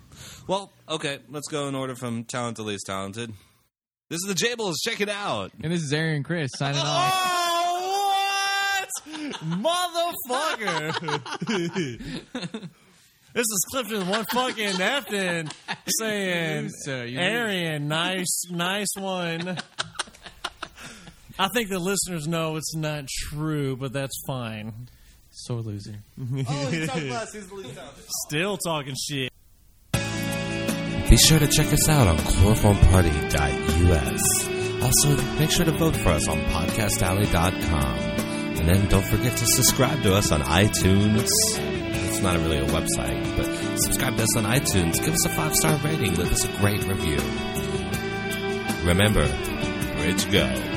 Speaker 1: Well, okay, let's go in order from talented to least talented. This is the Jables. Check it out.
Speaker 4: And this is Aaron Chris signing off.
Speaker 3: Oh, what, motherfucker! this is Clifton one fucking Efton saying,
Speaker 4: Loser, you
Speaker 3: "Arian, nice, nice one." I think the listeners know it's not true, but that's fine.
Speaker 4: Sore loser.
Speaker 3: Still talking shit.
Speaker 9: Be sure to check us out on chloroformparty.us. Also, make sure to vote for us on podcastalley.com. And then don't forget to subscribe to us on iTunes. It's not really a website, but subscribe to us on iTunes. Give us a five star rating. Leave us a great review. Remember, bridge go.